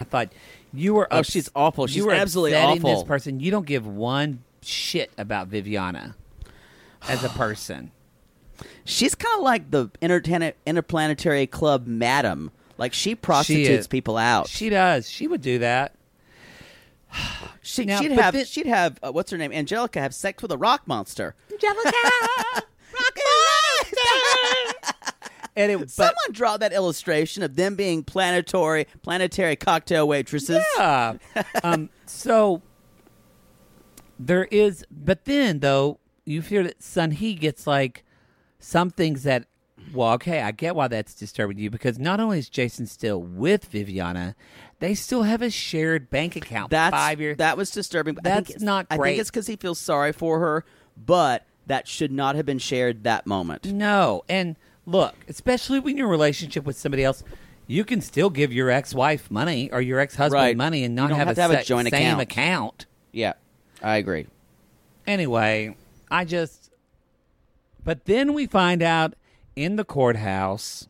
C: I thought you were.
B: Oh,
C: ups-
B: she's awful. She's
C: you were
B: absolutely
C: upsetting
B: awful.
C: This person, you don't give one shit about Viviana as a person.
B: She's kind of like the intertana- interplanetary club madam. Like she prostitutes
C: is.
B: people out.
C: She does. She would do that.
B: She,
C: Now,
B: she'd
C: but
B: have
C: thi-
B: she'd have uh, what's her name Angelica have sex with a rock monster.
C: And it, but,
B: Someone draw that illustration of them being planetary planetary cocktail waitresses.
C: Yeah. um, so there is, but then though you hear that Sun He gets like some things that. Well, okay, I get why that's disturbing you because not only is Jason still with Viviana, they still have a shared bank account.
B: That's
C: five years.
B: that was disturbing. but I think
C: That's
B: it's-
C: not
B: I
C: great.
B: think it's because he feels sorry for her, but that should not have been shared that moment.
C: No. And look, especially when you're in a relationship with somebody else, you can still give your ex wife money or your ex husband
B: Right.
C: money and
B: You
C: not
B: don't have to have a
C: a, se-
B: joint account.
C: same account.
B: Yeah, I agree.
C: Anyway, I just. But then we find out in the courthouse.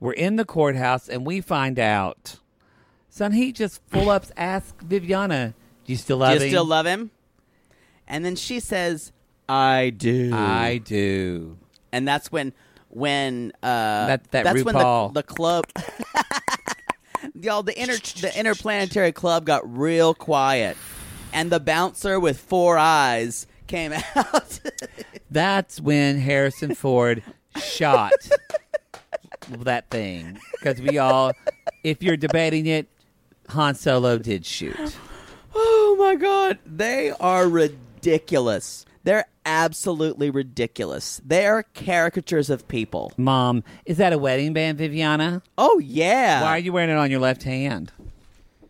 C: We're in the courthouse and we find out. Son, he just full ups asked Viviana, Do you still
B: Do
C: love
B: you
C: him?
B: still love him? And then she says, "I do."
C: I do.
B: and that's when when uh
C: That- that
B: that's when the,
C: RuPaul.
B: the club y'all the inter the interplanetary club got real quiet and the bouncer with four eyes came out
C: That's when Harrison Ford shot that thing because we all, if you're debating it, Han Solo did shoot.
B: oh my god they are ridiculous they're absolutely ridiculous they are caricatures of people
C: Mom, is that a wedding band, Viviana?
B: oh yeah
C: Why are you wearing it on your left hand?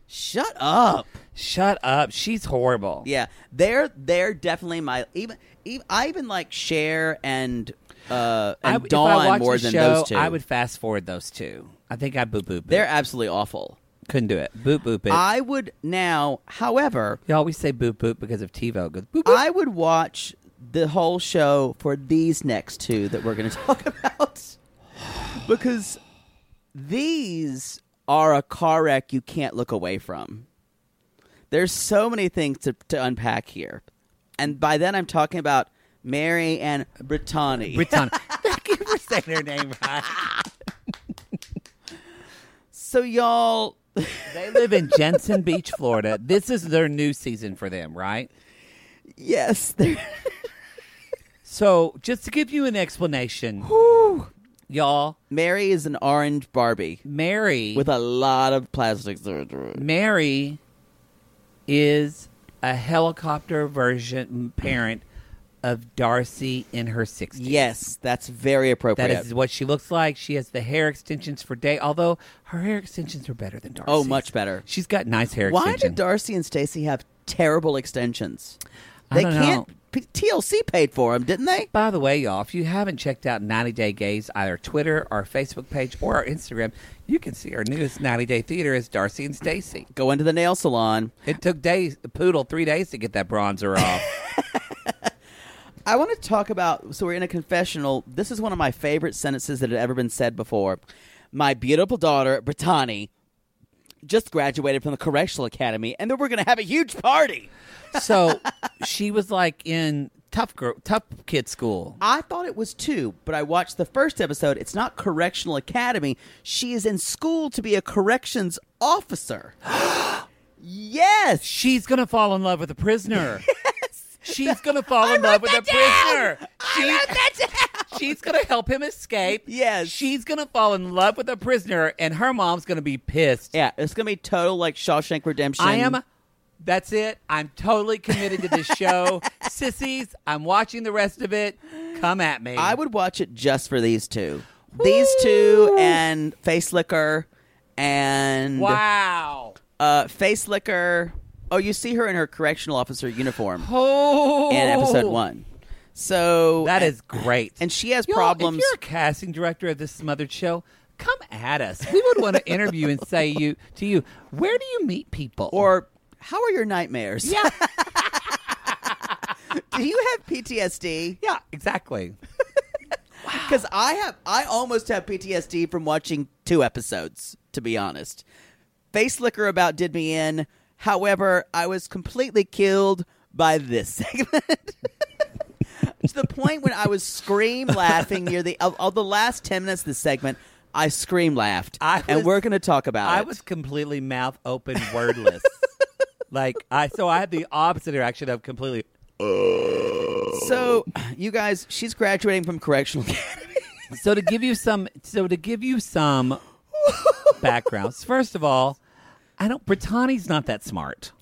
B: shut up
C: Shut up. She's horrible.
B: yeah they're they're definitely my even, even i even like Cher and uh
C: I,
B: and
C: if I
B: dawn
C: watched
B: more
C: the
B: than
C: show,
B: those two
C: I would fast forward those two. I think I boop boop.
B: They're
C: There,
B: absolutely awful.
C: couldn't do it. Boop boop it.
B: I would now, however,
C: you always say boop boop because of TiVo. It Goes boop boop.
B: I would watch the whole show for these next two that we're going to talk about because these are a car wreck you can't look away from. There's so many things to, to unpack here. And by then, I'm talking about Mary and Brittany.
C: Brittany. Thank you for saying her name right.
B: so, y'all,
C: They live in Jensen Beach, Florida. This is their new season for them, right?
B: yes, they're.
C: So, just to give you an explanation, y'all,
B: Mary is an orange Barbie
C: Mary
B: with a lot of plastic surgery.
C: Mary is a helicopter version parent of Darcy in her 60s.
B: Yes, that's very appropriate.
C: That is what she looks like. She has the hair extensions for day, although her hair extensions are better than Darcy's.
B: oh, much better.
C: She's got nice hair
B: Why
C: extensions.
B: did Darcy and Stacy have terrible extensions.
C: I
B: They
C: don't
B: can't.
C: know.
B: P- TLC paid for them, didn't they?
C: By the way, y'all, if you haven't checked out 90 Day Gays, either Twitter, our Facebook page, or our Instagram, you can see our newest 90 Day Theater is Darcy and Stacy.
B: Go into the nail salon.
C: It took days, the poodle, three days to get that bronzer off.
B: I want to talk about. So we're in a confessional. This is one of my favorite sentences that had ever been said before. My beautiful daughter, Brittany, just graduated from the Correctional Academy, and then we're going to have a huge party.
C: so she was like in tough girl, tough kid school.
B: I thought it was two, but I watched the first episode. It's not Correctional Academy. She is in school to be a corrections officer. yes.
C: She's going to fall in love with a prisoner. She's going to fall in love with a prisoner. She- She's going to help him escape.
B: Yes.
C: She's going to fall in love with a prisoner, and her mom's going to be pissed.
B: Yeah, it's going to be total like Shawshank Redemption.
C: I am. That's it. I'm totally committed to this show. Sissies, I'm watching the rest of it. Come at me.
B: I would watch it just for these two. These two and Face Licker and
C: Wow.
B: uh, Face Licker. Oh, you see her in her correctional officer uniform
C: Oh.
B: in episode one. So
C: That is great.
B: and she has
C: Y'all,
B: problems.
C: If you're a casting director of this smothered show, come at us. We would want to interview and say you to you, where do you meet people?
B: Or how are your nightmares?
C: Yeah.
B: Do you have PTSD?
C: Yeah, exactly.
B: Because I have, I almost have PTSD from watching two episodes. To be honest, Face Licker about did me in. However, I was completely killed by this segment. to the point when I was scream laughing near the of, of the last ten minutes of the segment, I scream laughed,
C: I
B: and
C: was-
B: we're going to talk about
C: I
B: it.
C: was completely mouth open, wordless. like I, so I had the opposite reaction of completely.
B: so, you guys, she's graduating from correctional.
C: So to give you some, so to give you some backgrounds. First of all, I don't. Brittany's not that smart.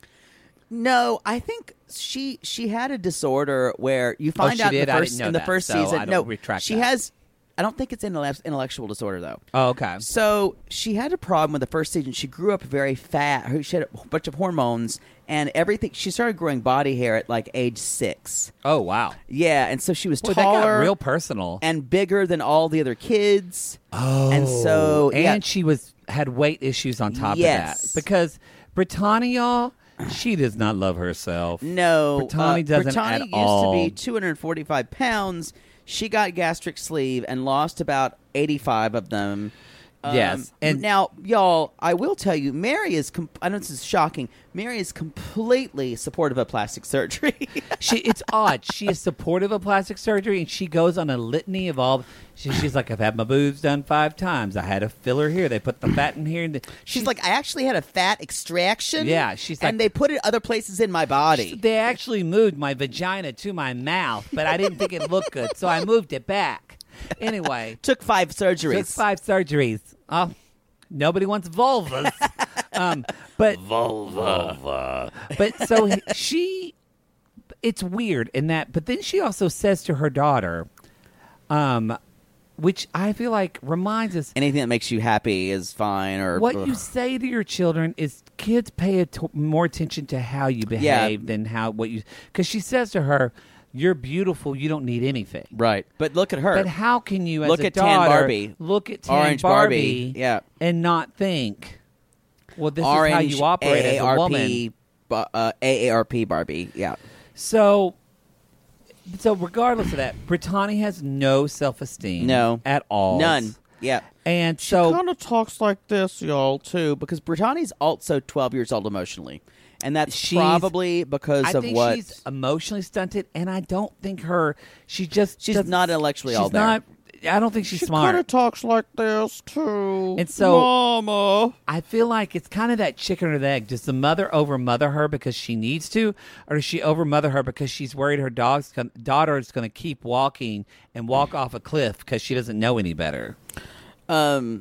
B: No, I think she she had a disorder where you
C: Oh,
B: find
C: she
B: out in
C: did?
B: the
C: I
B: first
C: didn't know
B: in the
C: that,
B: first
C: so
B: season.
C: I don't
B: no,
C: retract
B: she
C: that.
B: has. I don't think it's intellect- intellectual disorder though.
C: Oh, okay.
B: So she had a problem with the first season. She grew up very fat. Her- She had a bunch of hormones and everything. She started growing body hair at like age six.
C: Oh wow.
B: Yeah, and so she was
C: Boy, that got
B: taller,
C: real personal.
B: and bigger than all the other kids. Oh, and so
C: and
B: yeah,
C: she was had weight issues on top
B: Yes.
C: of that because Brittany, y'all, she does not love herself.
B: No,
C: Brittany
B: uh,
C: doesn't
B: Brittany
C: at
B: used
C: all.
B: to be 245 pounds. She got gastric sleeve and lost about 85 of them.
C: Yes,
B: and
C: and-
B: um, now y'all, I will tell you, Mary is. Com- I know this is shocking. Mary is completely supportive of plastic surgery.
C: she it's odd. She is supportive of plastic surgery, and she goes on a litany of all. She, she's like, I've had my boobs done five times. I had a filler here. They put the fat in here. And the,
B: she's like, I actually had a fat extraction.
C: Yeah, she's
B: and
C: like-
B: they put it other places in my body.
C: they actually moved my vagina to my mouth, but I didn't think it looked good, so I moved it back. Anyway,
B: Took five surgeries.
C: took five surgeries. Oh, nobody wants vulvas. um, but vulva. But so he- she, it's weird in that. But then she also says to her daughter, um, which I feel like reminds us
B: Anything that makes you happy is fine. Or
C: what
B: ugh.
C: you say to your children is kids pay a t- more attention to how you behave than how what you because she says to her, "You're beautiful. You don't need anything."
B: right? But look at her.
C: But how can you, as
B: Look
C: a
B: at Tan
C: daughter,
B: Barbie.
C: look at tan
B: Orange Barbie,
C: Barbie,
B: yeah.
C: and not think, well, this
B: orange
C: is how you operate as a woman.
B: AARP, bu- uh, AARP Barbie. Yeah.
C: So, so regardless of that, Brittany has no self esteem,
B: No.
C: at all,
B: None. Yeah.
C: And so,
B: of talks like this, y'all, too, because Brittany's also 12 years old emotionally. And that's
C: She's-
B: probably because
C: I
B: of
C: think
B: what.
C: she's emotionally stunted, and I don't think her. She just
B: She's
C: doesn't-
B: not intellectually
C: she's
B: all there.
C: Not, I don't think she's smart.
D: talks like this too.
C: And so-
D: Mama.
C: I feel like it's kind of that chicken or the egg. Does the mother overmother her because she needs to, or does she overmother her because she's worried her dog's gon- daughter is going to keep walking and walk off a cliff because she doesn't know any better?
B: um,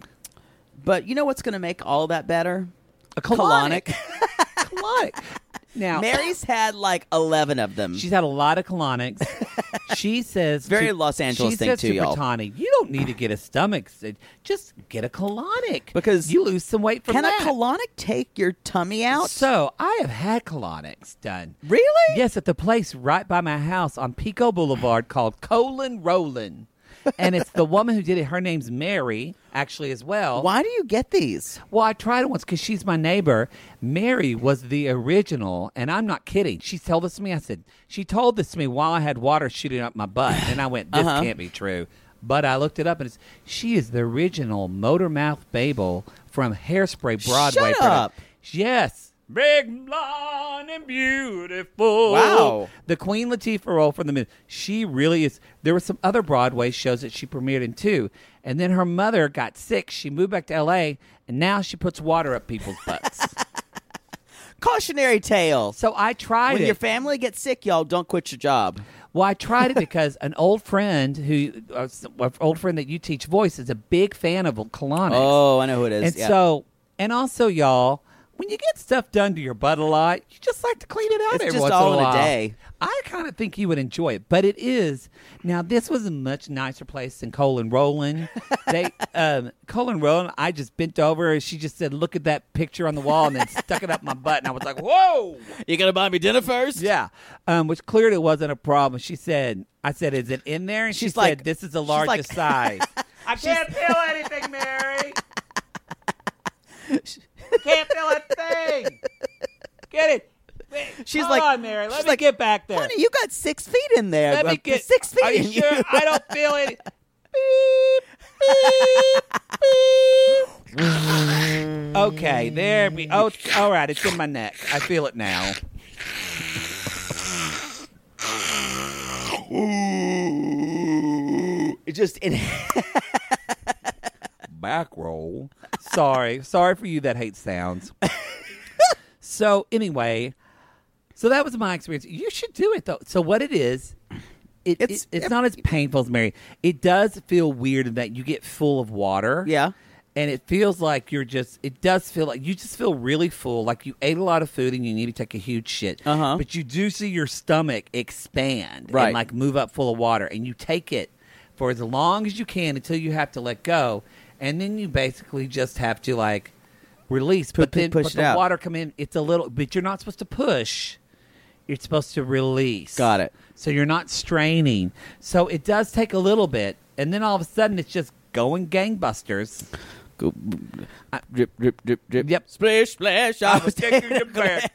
B: but you know what's going to make all that better?
C: A
B: colonic.
C: colonic. Now-
B: Mary's had like eleven of them.
C: She's had a lot of colonics. she says
B: very
C: to-
B: Los Angeles
C: she
B: thing
C: says
B: too,
C: to
B: y'all.
C: Brittany, you don't need to get a stomach. s- Just get a colonic because you lose some weight from
B: Can
C: that.
B: a colonic take your tummy out?
C: So I have had colonics done.
B: Really?
C: Yes, at the place right by my house on Pico Boulevard called Colon Rollin. and it's the woman who did it. Her name's Mary, actually, as well.
B: Why do you get these?
C: Well, I tried it once because she's my neighbor. Mary was the original, and I'm not kidding. She told this to me. I said, she told this to me while I had water shooting up my butt. And I went, this
B: Uh-huh.
C: can't be true. But I looked it up, and it's, she is the original motor mouth Babel from Hairspray Broadway.
B: Shut
C: produ-
B: up.
C: Yes. Big, blonde, and beautiful.
B: Wow.
C: The Queen Latifah role from the movie. She really is. There were some other Broadway shows that she premiered in too. And then her mother got sick. She moved back to L.A. And now she puts water up people's butts.
B: Cautionary tale.
C: So I tried
B: when
C: it.
B: your family gets sick, y'all don't quit your job.
C: Well, I tried it because an old friend who, uh, s- an old friend that you teach voice is a big fan of colonics.
B: Oh, I know who it is.
C: And
B: Yeah.
C: so, and also, y'all, when you get stuff done to your butt a lot, you just like to clean it out
B: It's
C: every
B: just
C: once
B: all in
C: in a
B: a
C: while.
B: day.
C: I kind of think you would enjoy it, but it is now. This was a much nicer place than Cole and Roland. they um, Cole and Roland. I just bent over and she just said, "Look at that picture on the wall," and then stuck it up my butt, and I was like, "Whoa!"
B: You gonna buy me dinner first?
C: Yeah, um, which clearly wasn't a problem. She said, "I said, is it in there?" And she
B: She's like-
C: said, "This is the
B: she's like-
C: largest size." I can't feel anything, Mary. Can't feel a thing. Get it?
B: She's
C: Hold
B: like,
C: on, Mary. Let
B: she's
C: me
B: like,
C: get back there.
B: Honey, you got six feet in there.
C: Let me
B: Uh,
C: get
B: six feet.
C: Are you
B: in
C: sure? I don't feel any. Okay, there we. Oh, it's- all right. It's in my neck. I feel it now.
B: It just in-
C: back roll. sorry, sorry for you that hate sounds. so anyway, so that was my experience. You should do it though. So what it is, it, it's it's not as painful as Mary. It does feel weird in that you get full of water.
B: Yeah.
C: And it feels like you're just. It does feel like you just feel really full, like you ate a lot of food and you need to take a huge shit.
B: Uh-huh.
C: But you do see your stomach expand,
B: Right.
C: And like move up full of water, and you take it for as long as you can until you have to let go, and then you basically just have to like release.
B: Pu-
C: but
B: pu-
C: then
B: push
C: but
B: it
C: the
B: out.
C: water come in. It's a little, but you're not supposed to push. You're supposed to release.
B: Got it.
C: So you're not straining. So it does take a little bit, and then all of a sudden it's just going gangbusters.
B: Go, drip, drip, drip, drip.
C: Yep.
B: Splash, splash. I was taking
C: your bath.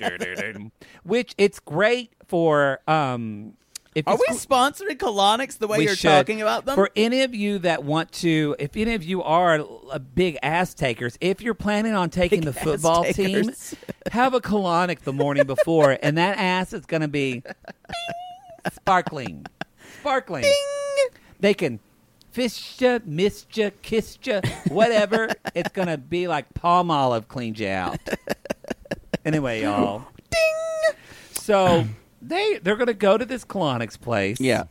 C: Which it's great for. um if
B: Are
C: it's
B: we
C: gr-
B: sponsoring colonics the way
C: we
B: you're
C: should.
B: talking about them?
C: For any of you that want to, if any of you are a big ass takers, if you're planning on taking
B: Big
C: the
B: ass
C: football team,
B: takers.
C: have a colonic the morning before, and that ass is going to be sparkling, sparkling. They can fish ya, miss ya, kiss ya, whatever. it's going to be like palm olive cleaned you out. Anyway, y'all. Ding. So they they're going to go to this colonics place.
B: yeah.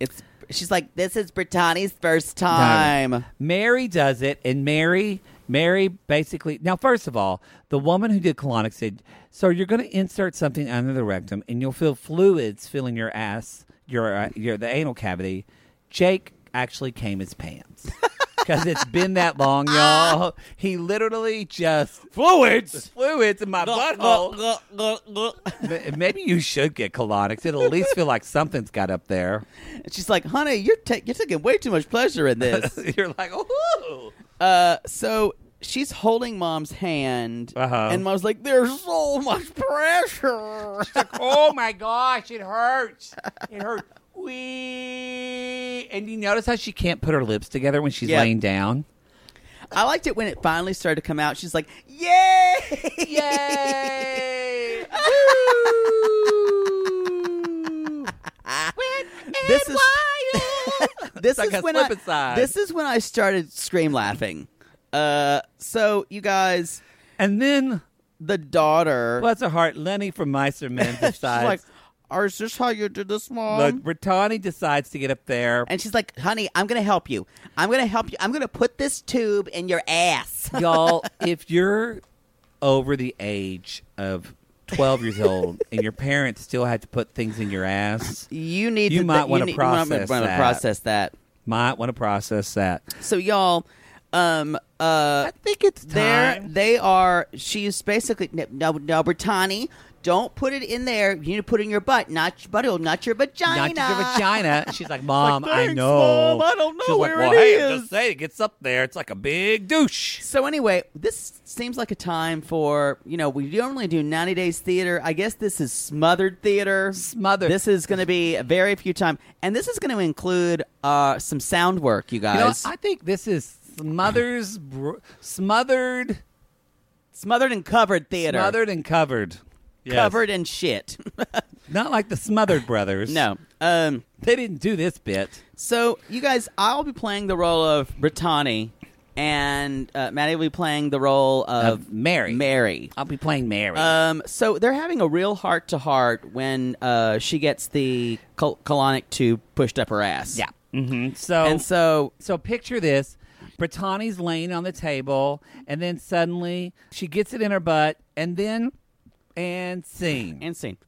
B: It's she's like this is Brittany's first time.
C: Mary does it, and Mary, Mary basically. Now, first of all, the woman who did colonic said, "So you're going to insert something under the rectum, and you'll feel fluids filling your ass, your uh, your the anal cavity." Jake actually came his pants because it's been that long, y'all. He literally just
B: Fluids.
C: fluids in my butthole. M- Maybe you should get colonics. It'll at least feel like something's got up there.
B: She's like, "Honey, you're ta- you're taking way too much pleasure in this."
C: You're like, oh.
B: uh, so she's holding mom's hand,
C: Uh-huh.
B: and mom's like, "There's so much pressure."
C: oh my gosh, it hurts. It hurts. Wee. And you notice how she can't put her lips together when she's
B: Yeah.
C: laying down?
B: I liked it when it finally started to come out. She's like, "Yay!"
C: Yay!
B: this is this
C: It's like
B: is
C: a
B: when
C: slip
B: I,
C: and slide.
B: this is when I started scream laughing. Uh, so you guys,
C: and then,
B: the daughter,
C: bless her heart, Lenny from Meister Men
B: she's like, um,
C: decides.
B: "Or is this how you do this, mom?"
C: Look, Brittany decides to get up there.
B: and she's like, "Honey, I'm gonna help you. I'm gonna help you. I'm gonna put this tube in your ass."
C: y'all if you're over the age of 12 years old and your parents still had to put things in your ass,
B: you need
C: you
B: to-
C: might
B: you need-
C: want to
B: you might
C: process
B: wanna
C: that.
B: process that.
C: Might want to process that.
B: So y'all, um, uh, I
C: think it's
B: there. They are. She's basically no, no, Brittany. Don't put it in there. You need to put it in your butt, not your butt, not your vagina.
C: Not your vagina. She's like, Mom, I
B: "Thanks,
C: know.
B: Mom, I don't know
C: She's
B: where
C: like, well,
B: it
C: hey,
B: is."
C: I'm just saying, it gets up there. It's like a big douche.
B: So anyway, this seems like a time for you know we normally do ninety days theater. I guess this is smothered theater. Smothered. This is going to be a very few time, and this is going to include uh, some sound work, you
C: You know,
B: guys.
C: I think this is Smothers, br- Smothered,
B: smothered and covered theater.
C: Smothered and covered. Yes.
B: Covered in shit.
C: Not like the Smothered Brothers.
B: No. Um,
C: they didn't do this bit.
B: So, you guys, I'll be playing the role of Brittany, and uh, Maddie will be playing the role of,
C: Mary.
B: Mary.
C: I'll be playing Mary.
B: Um, so they're having a real heart to heart when uh, she gets the col- colonic tube pushed up her ass.
C: Yeah. Mm-hmm. So
B: and so
C: so picture this: Brittany's laying on the table, and then suddenly she gets it in her butt, and then and scene
B: and scene.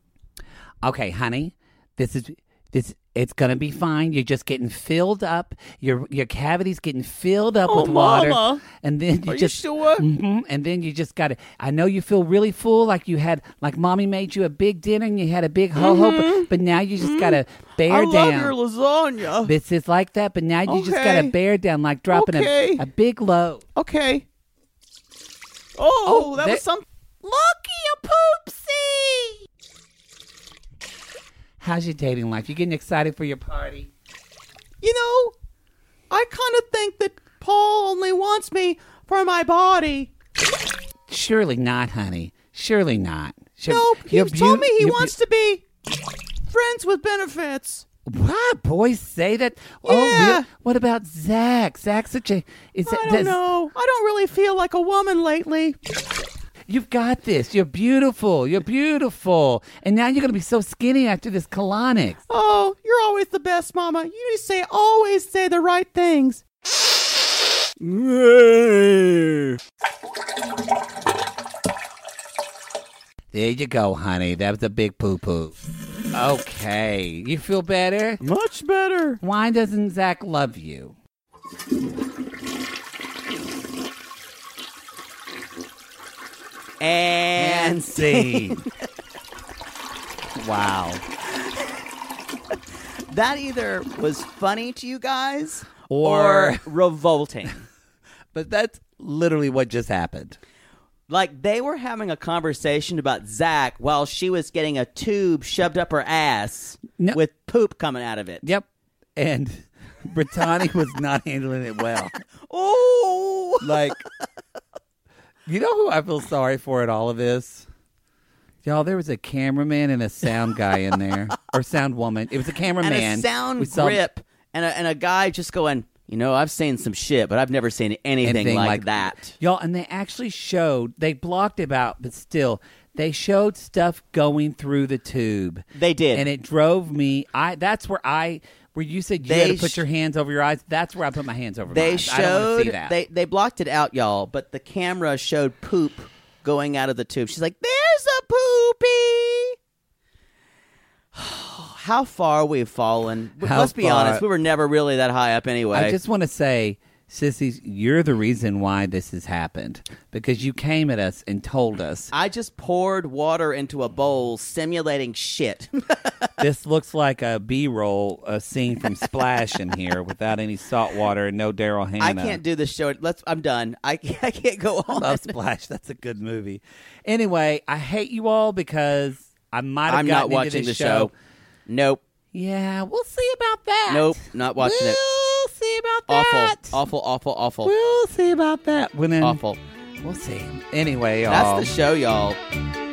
C: Okay, honey, this is this. It's gonna be fine. You're just getting filled up. Your your cavity's getting filled up
B: Oh,
C: with water,
B: Mama.
C: and then you
B: Are you
C: just
B: sure?
C: Mhm. and then you just got to. I know you feel really full, like you had, like mommy made you a big dinner and you had a big ho ho, but, but now you just got to bear
B: Mm-hmm. I
C: down.
B: love your lasagna.
C: This is like that, but now you just got
B: Okay.
C: to bear down, like dropping
B: Okay.
C: a, a big load.
B: Okay. Oh, that
C: there-
B: was some.
C: Looky a poopsie. How's your dating life? You getting excited for your party?
B: You know, I kind of think that Paul only wants me for my body.
C: Surely not, honey. Surely not. Sure-
B: Nope, he
C: you're
B: told
C: beau-
B: me he
C: you're
B: wants to be friends with benefits.
C: beau- What boys say that? Oh,
B: Yeah.
C: really? what about Zach? Zach's such a. Is
B: I don't know. I don't really feel like a woman lately.
C: You've got this. You're beautiful. You're beautiful. And now you're gonna be so skinny after this colonics.
B: Oh, you're always the best, Mama. You just say always say the right things.
C: There you go, honey. That was a big poo poo. Okay, you feel better.
B: Much better.
C: Why doesn't Zach love you?
B: And
C: scene. wow.
B: That either was funny to you guys
C: Or-
B: revolting.
C: But that's literally what just happened.
B: like they were having a conversation about Zach while she was getting a tube shoved up her ass
C: No.
B: with poop coming out of it.
C: Yep. And Brittany was not handling it well.
B: Oh,
C: Like, you know who I feel sorry for in all of this? Y'all, there was a cameraman and a sound guy in there, or sound woman. It was a cameraman.
B: and a sound
C: We saw
B: grip and a, and a guy just going, you know, I've seen some shit, but I've never seen anything, like, that.
C: Y'all, and they actually showed, they blocked it out, but still, they showed stuff going through the tube.
B: They did.
C: And it drove me. I That's where I, where you said you
B: They
C: had to put
B: sh-
C: your hands over your eyes. That's where I put my hands over my
B: They
C: eyes. I don't wanna
B: showed
C: see that.
B: they they blocked it out, y'all, but the camera showed poop going out of the tube. She's like, "There's a poopy." How far we've fallen.
C: How
B: Let's be
C: far-
B: honest, we were never really that high up anyway.
C: I just want to say, sissies, you're the reason why this has happened because you came at us and told us
B: I just poured water into a bowl, simulating shit.
C: this looks like a B-roll a scene from Splash in here without any salt water and no Daryl Hannah.
B: I can't do this show. Let's. I'm done. I can't, I can't go on.
C: Love Splash. That's a good movie. Anyway, I hate you all because I might have
B: I'm
C: gotten
B: not
C: into
B: watching
C: this
B: the show. Nope.
C: Yeah, we'll see about that.
B: Nope. Not watching
C: we'll
B: it.
C: see about that.
B: Awful. Awful. Awful. Awful.
C: We'll see about that. When in-
B: Awful.
C: We'll see. Anyway, y'all.
B: That's the show, y'all.